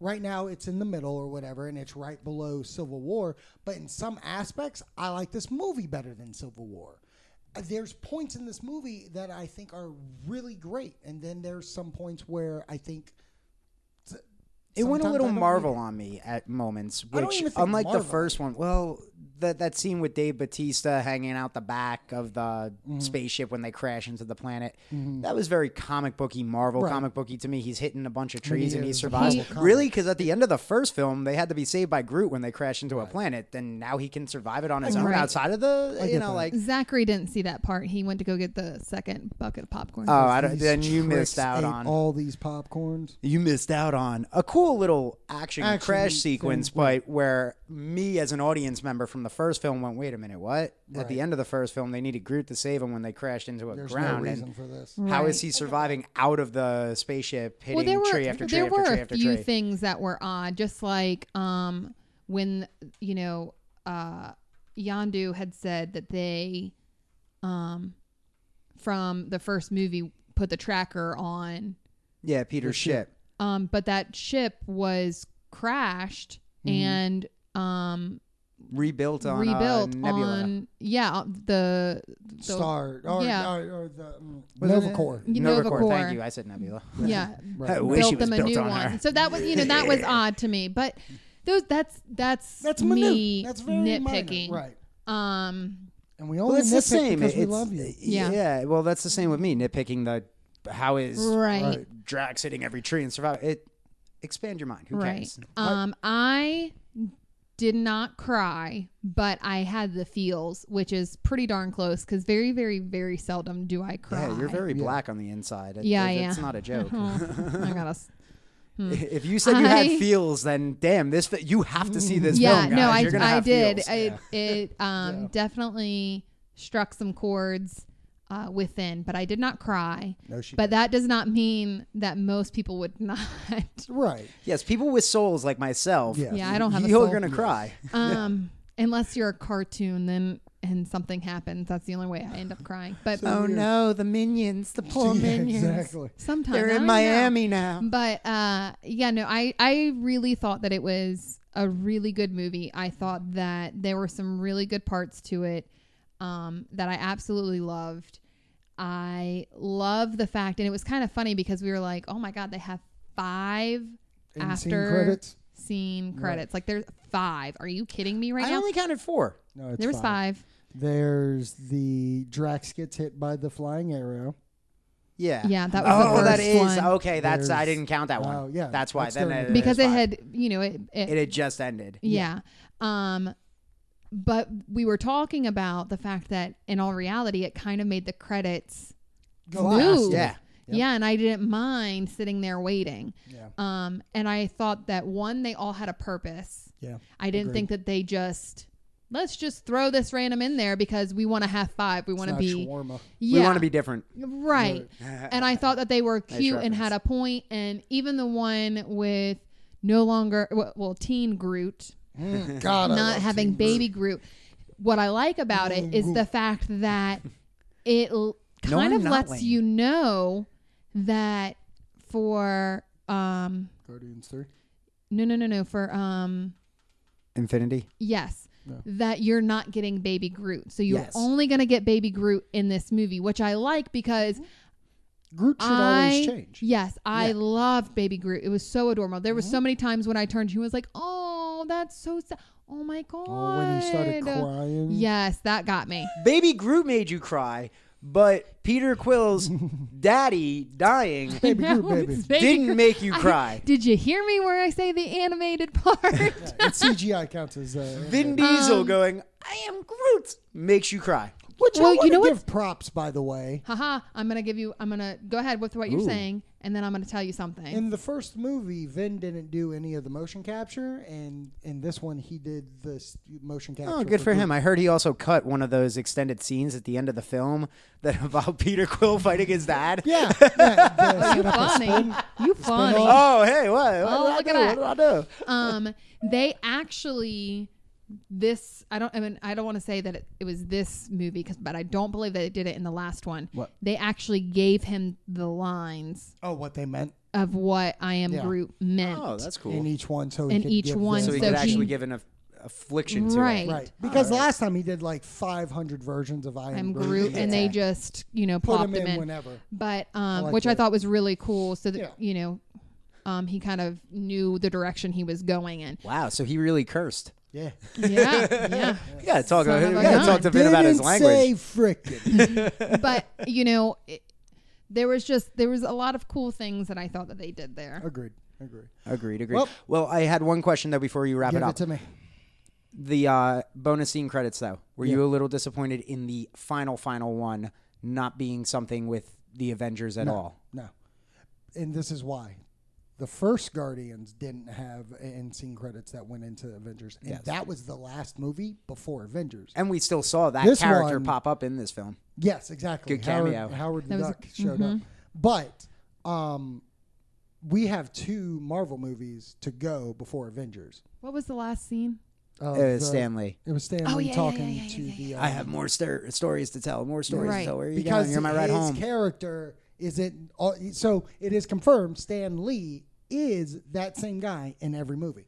[SPEAKER 3] Right now, it's in the middle or whatever, and it's right below Civil War. But in some aspects, I like this movie better than Civil War. Uh, There's points in this movie that I think are really great, and then there's some points where I think
[SPEAKER 4] It went a
[SPEAKER 3] Sometimes I
[SPEAKER 4] little
[SPEAKER 3] don't
[SPEAKER 4] Marvel on me at moments,
[SPEAKER 3] I don't
[SPEAKER 4] which
[SPEAKER 3] even think
[SPEAKER 4] unlike
[SPEAKER 3] Marvel.
[SPEAKER 4] the first one, well, that that scene with Dave Batista hanging out the back of the
[SPEAKER 3] Mm-hmm.
[SPEAKER 4] spaceship when they crash into the planet, that was very comic booky Marvel
[SPEAKER 3] Right.
[SPEAKER 4] comic booky to me. He's hitting a bunch of trees and he
[SPEAKER 3] is a
[SPEAKER 4] survives.
[SPEAKER 2] Marvel
[SPEAKER 3] comic.
[SPEAKER 4] really, because at the end of the first film, they had to be saved by Groot when they crashed into a planet, and now he can survive it on his own
[SPEAKER 2] Right.
[SPEAKER 4] outside of the, you
[SPEAKER 3] get
[SPEAKER 4] know,
[SPEAKER 3] that.
[SPEAKER 4] like.
[SPEAKER 2] Zachary didn't see that part. He went to go get the second bucket of popcorn.
[SPEAKER 4] Oh, I don't,
[SPEAKER 3] these
[SPEAKER 4] then you
[SPEAKER 3] tricks
[SPEAKER 4] missed out
[SPEAKER 3] ate
[SPEAKER 4] on
[SPEAKER 3] all these popcorns.
[SPEAKER 4] you missed out on a cool little action,
[SPEAKER 3] Action
[SPEAKER 4] crash
[SPEAKER 3] thing,
[SPEAKER 4] sequence
[SPEAKER 3] right.
[SPEAKER 4] but where me as an audience member from the first film went wait a minute what at the end of the first film they needed groot to save him when they crashed into a
[SPEAKER 3] There's
[SPEAKER 4] ground
[SPEAKER 3] no reason
[SPEAKER 4] and
[SPEAKER 3] for this.
[SPEAKER 4] how is
[SPEAKER 2] Right.
[SPEAKER 4] he surviving out of the spaceship hitting
[SPEAKER 2] well, there were
[SPEAKER 4] tree after tree
[SPEAKER 2] there
[SPEAKER 4] after
[SPEAKER 2] were
[SPEAKER 4] tree
[SPEAKER 2] a
[SPEAKER 4] after
[SPEAKER 2] few
[SPEAKER 4] tree
[SPEAKER 2] things that were odd, just like um when you know uh Yandu had said that they um from the first movie put the tracker on
[SPEAKER 4] yeah peter's ship
[SPEAKER 2] um but that ship was crashed and um
[SPEAKER 4] rebuilt Mm-hmm. on
[SPEAKER 2] rebuilt
[SPEAKER 4] uh, nebula
[SPEAKER 2] on yeah the, the
[SPEAKER 3] Star or,
[SPEAKER 2] yeah.
[SPEAKER 3] or, or the mm,
[SPEAKER 4] Was it-
[SPEAKER 3] Novacore.
[SPEAKER 2] You
[SPEAKER 4] Nova
[SPEAKER 2] Nova
[SPEAKER 4] Corps,
[SPEAKER 2] Corps.
[SPEAKER 4] thank you i said nebula
[SPEAKER 2] yeah
[SPEAKER 4] I
[SPEAKER 3] Right.
[SPEAKER 4] wish
[SPEAKER 2] built
[SPEAKER 4] it was
[SPEAKER 2] them a
[SPEAKER 4] built
[SPEAKER 2] new
[SPEAKER 4] on
[SPEAKER 2] one.
[SPEAKER 4] her.
[SPEAKER 2] So that was, you know, that was odd to me. But those, that's that's
[SPEAKER 3] That's
[SPEAKER 2] me
[SPEAKER 3] minute. That's very
[SPEAKER 2] nitpicking.
[SPEAKER 3] minor. right?
[SPEAKER 2] Um.
[SPEAKER 3] And we
[SPEAKER 4] well
[SPEAKER 3] only
[SPEAKER 4] it's the
[SPEAKER 3] nitpick
[SPEAKER 4] same
[SPEAKER 3] because we
[SPEAKER 4] it's, eh,
[SPEAKER 3] love you.
[SPEAKER 2] Yeah.
[SPEAKER 4] yeah well that's the same with me nitpicking the how is
[SPEAKER 2] Right. Right.
[SPEAKER 3] Right.
[SPEAKER 4] drax hitting every tree and survive it expand your mind who cares
[SPEAKER 2] Um. I did not cry, but I had the feels, which is pretty darn close. Because very, very, very seldom do I cry.
[SPEAKER 4] Yeah, you're very black on the inside. It-
[SPEAKER 2] Yeah,
[SPEAKER 4] it- It's
[SPEAKER 2] yeah.
[SPEAKER 4] not a joke.
[SPEAKER 2] Oh, I gotta. s-
[SPEAKER 4] if you said you had
[SPEAKER 2] I-
[SPEAKER 4] feels, then damn, this fi- you have to see this
[SPEAKER 2] yeah.
[SPEAKER 4] film, guys.
[SPEAKER 2] no, I
[SPEAKER 4] You're gonna
[SPEAKER 2] I
[SPEAKER 4] have
[SPEAKER 2] did.
[SPEAKER 4] feels.
[SPEAKER 2] I, It um definitely struck some chords uh, within, but I did not cry.
[SPEAKER 3] No, she.
[SPEAKER 2] But that does not mean that most people would not.
[SPEAKER 3] right.
[SPEAKER 4] yes, people with souls like myself.
[SPEAKER 3] Yeah.
[SPEAKER 2] yeah, I don't have a
[SPEAKER 4] You're
[SPEAKER 2] soul.
[SPEAKER 4] gonna cry.
[SPEAKER 2] Um, unless you're a cartoon, then and something happens, that's the only way I end up crying. But
[SPEAKER 3] Oh,
[SPEAKER 4] no, the minions, the poor
[SPEAKER 3] Yeah, exactly.
[SPEAKER 2] sometimes I don't know.
[SPEAKER 4] now.
[SPEAKER 2] But uh, yeah, no, I I really thought that it was a really good movie. I thought that there were some really good parts to it um, that I absolutely loved. I love the fact, and it was kind of funny because we were like, oh my god, they have five
[SPEAKER 3] End
[SPEAKER 2] after
[SPEAKER 3] scene credits?
[SPEAKER 2] scene credits. Like there's five. Are you kidding me right
[SPEAKER 4] I
[SPEAKER 2] now?
[SPEAKER 4] only counted four.
[SPEAKER 3] No, it's
[SPEAKER 2] there was
[SPEAKER 3] fine.
[SPEAKER 2] five.
[SPEAKER 3] There's the Drax gets hit by the flying arrow.
[SPEAKER 4] Yeah.
[SPEAKER 2] Yeah, that was the
[SPEAKER 4] Oh, that
[SPEAKER 2] first
[SPEAKER 4] is
[SPEAKER 2] one.
[SPEAKER 4] okay. That's I
[SPEAKER 3] There's-
[SPEAKER 4] didn't count that one.
[SPEAKER 3] Oh, yeah,
[SPEAKER 4] that's why.
[SPEAKER 3] that's
[SPEAKER 4] Then
[SPEAKER 3] their-
[SPEAKER 4] it,
[SPEAKER 2] because it
[SPEAKER 4] five.
[SPEAKER 2] had you know it it,
[SPEAKER 4] it had just ended.
[SPEAKER 2] yeah. um but we were talking about the fact that in all reality it kind of made the credits
[SPEAKER 3] Go
[SPEAKER 2] move
[SPEAKER 4] Yeah.
[SPEAKER 2] yeah and i didn't mind sitting there waiting
[SPEAKER 3] Yeah.
[SPEAKER 2] um and i thought that one they all had a purpose
[SPEAKER 3] Yeah.
[SPEAKER 2] i didn't think that they just let's just throw this random in there because we want to have five we want to
[SPEAKER 3] Not
[SPEAKER 2] be
[SPEAKER 3] shawarma.
[SPEAKER 2] yeah
[SPEAKER 4] We want to be different.
[SPEAKER 2] Right. and I thought that they were cute and had a point, and even the one with no longer well, well teen Groot
[SPEAKER 3] God, I
[SPEAKER 2] not
[SPEAKER 3] love
[SPEAKER 2] having
[SPEAKER 3] Teen
[SPEAKER 2] baby Groot. What I like about it is the fact that it l-
[SPEAKER 4] No,
[SPEAKER 2] kind
[SPEAKER 4] I'm
[SPEAKER 2] of
[SPEAKER 4] not
[SPEAKER 2] lets
[SPEAKER 4] lame.
[SPEAKER 2] you know that for um
[SPEAKER 3] Guardians Three.
[SPEAKER 2] no no no no for um
[SPEAKER 4] Infinity.
[SPEAKER 2] Yes. That you're not getting baby Groot. So you're
[SPEAKER 4] Yes.
[SPEAKER 2] only going to get baby Groot in this movie, which I like because
[SPEAKER 3] Groot should
[SPEAKER 2] I
[SPEAKER 3] always change. Mm-hmm.
[SPEAKER 2] Yes, I loved baby Groot. It was so adorable. There were so many times when I turned to him and was like, "Oh, that's so sad. Oh my god."
[SPEAKER 3] Oh, when he started crying.
[SPEAKER 2] Yes, that got me.
[SPEAKER 4] Baby Groot made you cry, but Peter Quill's daddy dying
[SPEAKER 3] Baby Groot,
[SPEAKER 2] No,
[SPEAKER 3] baby.
[SPEAKER 2] it's Baby
[SPEAKER 4] didn't
[SPEAKER 2] Groot.
[SPEAKER 4] make you
[SPEAKER 2] I-
[SPEAKER 4] cry.
[SPEAKER 2] did you hear me where I say the animated part?
[SPEAKER 3] And CGI counts as. Uh,
[SPEAKER 4] Vin Diesel going, I am Groot, makes you cry.
[SPEAKER 3] which
[SPEAKER 2] Well,
[SPEAKER 3] I
[SPEAKER 2] you
[SPEAKER 3] wanna
[SPEAKER 2] know what-
[SPEAKER 3] give props, by the way.
[SPEAKER 2] Haha, I'm going to give you I'm going to go ahead with what you're saying and then I'm going to tell you something.
[SPEAKER 3] In the first movie, Vin didn't do any of the motion capture, and in this one, he did the s- motion capture.
[SPEAKER 4] Oh, good for him. I heard he also cut one of those extended scenes at the end of the film that about Peter Quill fighting his dad.
[SPEAKER 3] Yeah, yeah, the
[SPEAKER 2] you
[SPEAKER 3] setup is
[SPEAKER 2] funny. You funny.
[SPEAKER 3] off.
[SPEAKER 4] Oh, hey, what? What,
[SPEAKER 2] Oh,
[SPEAKER 4] did I
[SPEAKER 2] look at
[SPEAKER 4] do?
[SPEAKER 2] that.
[SPEAKER 4] What did I do?
[SPEAKER 2] um they actually this i don't i mean i don't want to say that it, it was this movie 'cause- but i don't believe that it did it in the last one
[SPEAKER 3] What?
[SPEAKER 2] they actually gave him the lines
[SPEAKER 3] Oh, what they meant.
[SPEAKER 2] of what I am
[SPEAKER 3] Yeah.
[SPEAKER 2] Groot meant.
[SPEAKER 4] Oh, that's cool.
[SPEAKER 3] in each one, so he
[SPEAKER 2] In
[SPEAKER 3] could
[SPEAKER 2] each
[SPEAKER 3] give
[SPEAKER 2] one,
[SPEAKER 3] them-
[SPEAKER 4] so he
[SPEAKER 2] so
[SPEAKER 4] could
[SPEAKER 2] he-
[SPEAKER 4] actually give an aff- affliction to
[SPEAKER 2] Right.
[SPEAKER 4] it.
[SPEAKER 3] right because last time he did like 500 versions of I am
[SPEAKER 2] I'm
[SPEAKER 3] Groot,
[SPEAKER 2] Groot, and they just you know
[SPEAKER 3] put
[SPEAKER 2] plopped
[SPEAKER 3] him in,
[SPEAKER 2] in.
[SPEAKER 3] whenever.
[SPEAKER 2] But um,
[SPEAKER 3] like
[SPEAKER 2] which I
[SPEAKER 3] that.
[SPEAKER 2] thought was really cool. So that
[SPEAKER 3] Yeah.
[SPEAKER 2] you know, um, he kind of knew the direction he was going in.
[SPEAKER 4] Wow, so he really cursed.
[SPEAKER 3] Yeah,
[SPEAKER 2] Yeah, yeah.
[SPEAKER 4] We gotta talk.
[SPEAKER 2] Son
[SPEAKER 4] We
[SPEAKER 2] of a
[SPEAKER 4] gotta
[SPEAKER 2] gun.
[SPEAKER 4] talk to Vin about his
[SPEAKER 3] Didn't
[SPEAKER 4] language.
[SPEAKER 3] say frickin'.
[SPEAKER 2] but you know, it, there was just there was a lot of cool things that I thought that they did there.
[SPEAKER 3] agreed, agreed.
[SPEAKER 4] Agreed, agreed.
[SPEAKER 3] Well-
[SPEAKER 4] well, I had one question though before you wrap
[SPEAKER 3] Give
[SPEAKER 4] it
[SPEAKER 3] it
[SPEAKER 4] up.
[SPEAKER 3] to me.
[SPEAKER 4] the uh, bonus scene credits though were you a little disappointed in the final final one not being something with the avengers at all
[SPEAKER 3] No. And this is why. The first Guardians didn't have end scene credits that went into Avengers. And that was the last movie before Avengers.
[SPEAKER 4] and we still saw that
[SPEAKER 3] This
[SPEAKER 4] character
[SPEAKER 3] one-
[SPEAKER 4] pop up in this film
[SPEAKER 3] Yes, exactly.
[SPEAKER 4] Good
[SPEAKER 3] Howard,
[SPEAKER 4] cameo.
[SPEAKER 3] Howard the
[SPEAKER 2] That was a- Mm-hmm.
[SPEAKER 3] Duck showed up. But um, we have two Marvel movies to go before Avengers.
[SPEAKER 2] What was the last scene?
[SPEAKER 3] Uh,
[SPEAKER 4] it was
[SPEAKER 3] the-
[SPEAKER 4] stanley
[SPEAKER 3] It was Stan
[SPEAKER 2] Oh,
[SPEAKER 3] Lee
[SPEAKER 2] yeah, yeah,
[SPEAKER 3] talking
[SPEAKER 2] yeah, yeah,
[SPEAKER 3] to
[SPEAKER 2] yeah,
[SPEAKER 3] the. Uh,
[SPEAKER 4] i have more stir- stories to tell more stories
[SPEAKER 2] Right.
[SPEAKER 4] to tell where are you
[SPEAKER 3] because
[SPEAKER 4] going you're my right
[SPEAKER 3] his
[SPEAKER 4] home
[SPEAKER 3] character isn't. all- So it is confirmed Stan Lee is that same guy in every movie.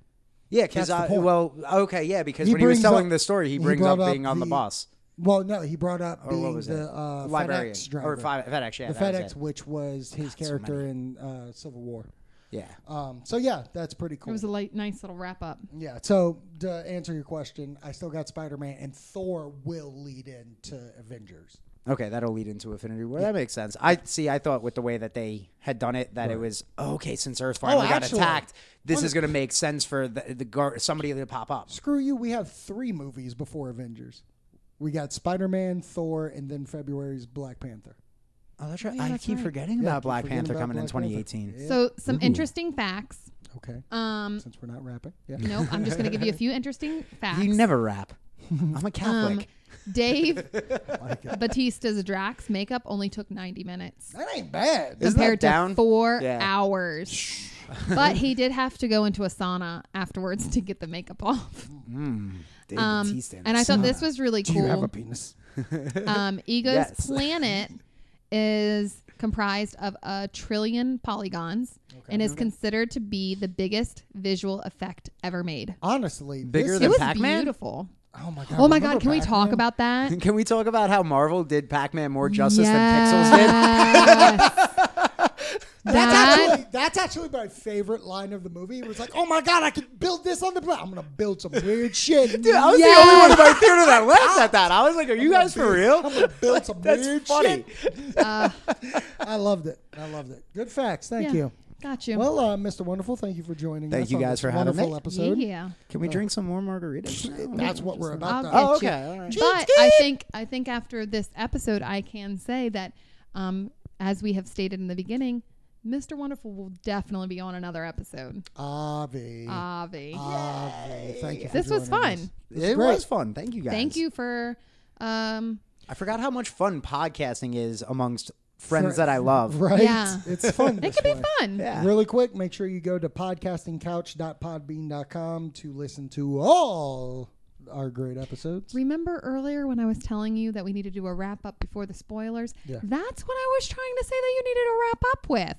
[SPEAKER 4] yeah because
[SPEAKER 3] That's the point.
[SPEAKER 4] well okay yeah because
[SPEAKER 3] He
[SPEAKER 4] when he was
[SPEAKER 3] brings up-
[SPEAKER 4] telling the story he
[SPEAKER 3] he
[SPEAKER 4] brings
[SPEAKER 3] brought
[SPEAKER 4] up
[SPEAKER 3] up
[SPEAKER 4] being on the
[SPEAKER 3] the-
[SPEAKER 4] bus
[SPEAKER 3] Well, no, he brought up
[SPEAKER 4] what
[SPEAKER 3] being
[SPEAKER 4] was it?
[SPEAKER 3] the uh,
[SPEAKER 4] librarian
[SPEAKER 3] FedEx driver,
[SPEAKER 4] or fi- fedex yeah
[SPEAKER 3] the
[SPEAKER 4] that was
[SPEAKER 3] FedEx,
[SPEAKER 4] it.
[SPEAKER 3] which was his character in uh, Civil War.
[SPEAKER 4] yeah
[SPEAKER 3] Um, so yeah, that's pretty
[SPEAKER 2] It
[SPEAKER 3] cool.
[SPEAKER 2] was a light, nice little wrap up.
[SPEAKER 3] yeah. So to answer your question, I still got Spider Man, and Thor will lead into Avengers.
[SPEAKER 4] Okay, that'll lead into Infinity War. That makes sense. I see. I thought with the way that they had done it, that it was oh, okay. Since Earth finally got
[SPEAKER 3] actually,
[SPEAKER 4] attacked, this is going to make sense for the, the guard, somebody to pop up.
[SPEAKER 3] Screw you. We have three movies before Avengers. We got Spider Man, Thor, and then February's Black Panther.
[SPEAKER 4] Oh, that's right.
[SPEAKER 2] Yeah,
[SPEAKER 4] I
[SPEAKER 2] that's
[SPEAKER 4] keep
[SPEAKER 2] right.
[SPEAKER 4] forgetting
[SPEAKER 3] Yeah,
[SPEAKER 4] about
[SPEAKER 3] keep
[SPEAKER 4] Black
[SPEAKER 3] forgetting
[SPEAKER 4] Panther
[SPEAKER 3] about
[SPEAKER 4] coming in
[SPEAKER 3] Black
[SPEAKER 4] 2018.
[SPEAKER 3] Panther. Yeah.
[SPEAKER 2] So some interesting facts.
[SPEAKER 3] Okay.
[SPEAKER 2] Um,
[SPEAKER 3] Since we're not rapping, yeah.
[SPEAKER 2] no, I'm just going to give you a few interesting facts.
[SPEAKER 4] You never rap. I'm a Catholic.
[SPEAKER 2] Um, Dave
[SPEAKER 3] Like it.
[SPEAKER 2] Batista's Drax makeup only took 90 minutes
[SPEAKER 3] That ain't bad.
[SPEAKER 4] Isn't that
[SPEAKER 2] compared
[SPEAKER 4] down?
[SPEAKER 2] to four
[SPEAKER 4] Yeah.
[SPEAKER 2] hours. but he did have to go into a sauna afterwards to get the makeup off.
[SPEAKER 4] Dave
[SPEAKER 2] Um,
[SPEAKER 4] Bautista in
[SPEAKER 2] and
[SPEAKER 4] the
[SPEAKER 2] I thought this
[SPEAKER 4] sauna.
[SPEAKER 2] was really
[SPEAKER 3] Do you have a
[SPEAKER 2] cool.
[SPEAKER 3] penis?
[SPEAKER 2] Um, Ego's
[SPEAKER 4] Yes.
[SPEAKER 2] planet is comprised of a trillion polygons and is considered to be the biggest visual effect ever made.
[SPEAKER 3] Honestly,
[SPEAKER 4] Bigger
[SPEAKER 3] this
[SPEAKER 4] than
[SPEAKER 2] It was
[SPEAKER 3] is-
[SPEAKER 4] Pac-Man?
[SPEAKER 2] beautiful.
[SPEAKER 3] Oh my god!
[SPEAKER 2] Oh my
[SPEAKER 3] remember
[SPEAKER 2] God, can we talk
[SPEAKER 3] Pac-Man?
[SPEAKER 2] about that?
[SPEAKER 4] Can we talk about how Marvel did Pac-Man more justice than Pixels did?
[SPEAKER 2] Yes.
[SPEAKER 3] That's
[SPEAKER 2] That-
[SPEAKER 3] actually that's actually my favorite line of the movie. It was like, "Oh my god, I can build this on the pla- I'm gonna build some weird shit.
[SPEAKER 4] Dude, I was the only one in my theater that laughed at that. I was like, "Are you guys for real?"
[SPEAKER 3] I'm gonna build some
[SPEAKER 4] That's
[SPEAKER 3] weird
[SPEAKER 4] funny.
[SPEAKER 3] shit." I loved it. I loved it. Good facts. Thank
[SPEAKER 2] Yeah.
[SPEAKER 3] you.
[SPEAKER 2] Got you.
[SPEAKER 3] Well, uh, Mr. Wonderful, thank you for joining.
[SPEAKER 4] Thank
[SPEAKER 3] us
[SPEAKER 4] you
[SPEAKER 3] on
[SPEAKER 4] guys
[SPEAKER 3] this
[SPEAKER 4] for having
[SPEAKER 3] wonderful
[SPEAKER 4] me.
[SPEAKER 3] episode.
[SPEAKER 2] yeah.
[SPEAKER 4] Can we drink some more margaritas? Oh, now?
[SPEAKER 3] That's what
[SPEAKER 2] I'll
[SPEAKER 3] we're about.
[SPEAKER 2] get
[SPEAKER 3] to-
[SPEAKER 4] Oh,
[SPEAKER 2] you.
[SPEAKER 4] okay, all right.
[SPEAKER 2] But I think I think after this episode, I can say that, um, as we have stated in the beginning, Mr. Wonderful will definitely be on another episode.
[SPEAKER 3] Avi.
[SPEAKER 2] Avi,
[SPEAKER 3] Avi. Thank you. For
[SPEAKER 2] this was
[SPEAKER 3] joining
[SPEAKER 2] fun.
[SPEAKER 3] us.
[SPEAKER 4] It
[SPEAKER 3] great.
[SPEAKER 4] was fun. Thank you guys.
[SPEAKER 2] Thank you for. Um,
[SPEAKER 4] I forgot how much fun podcasting is amongst friends that I love.
[SPEAKER 3] Right?
[SPEAKER 2] Yeah.
[SPEAKER 3] It's fun.
[SPEAKER 2] it
[SPEAKER 3] this
[SPEAKER 2] could be
[SPEAKER 3] way.
[SPEAKER 2] fun.
[SPEAKER 4] Yeah.
[SPEAKER 3] Really quick, make sure you go to podcastingcouch.podbean.com to listen to all our great episodes.
[SPEAKER 2] Remember earlier when I was telling you that we need to do a wrap up before the spoilers?
[SPEAKER 3] Yeah.
[SPEAKER 2] That's what I was trying to say that you needed a wrap up with.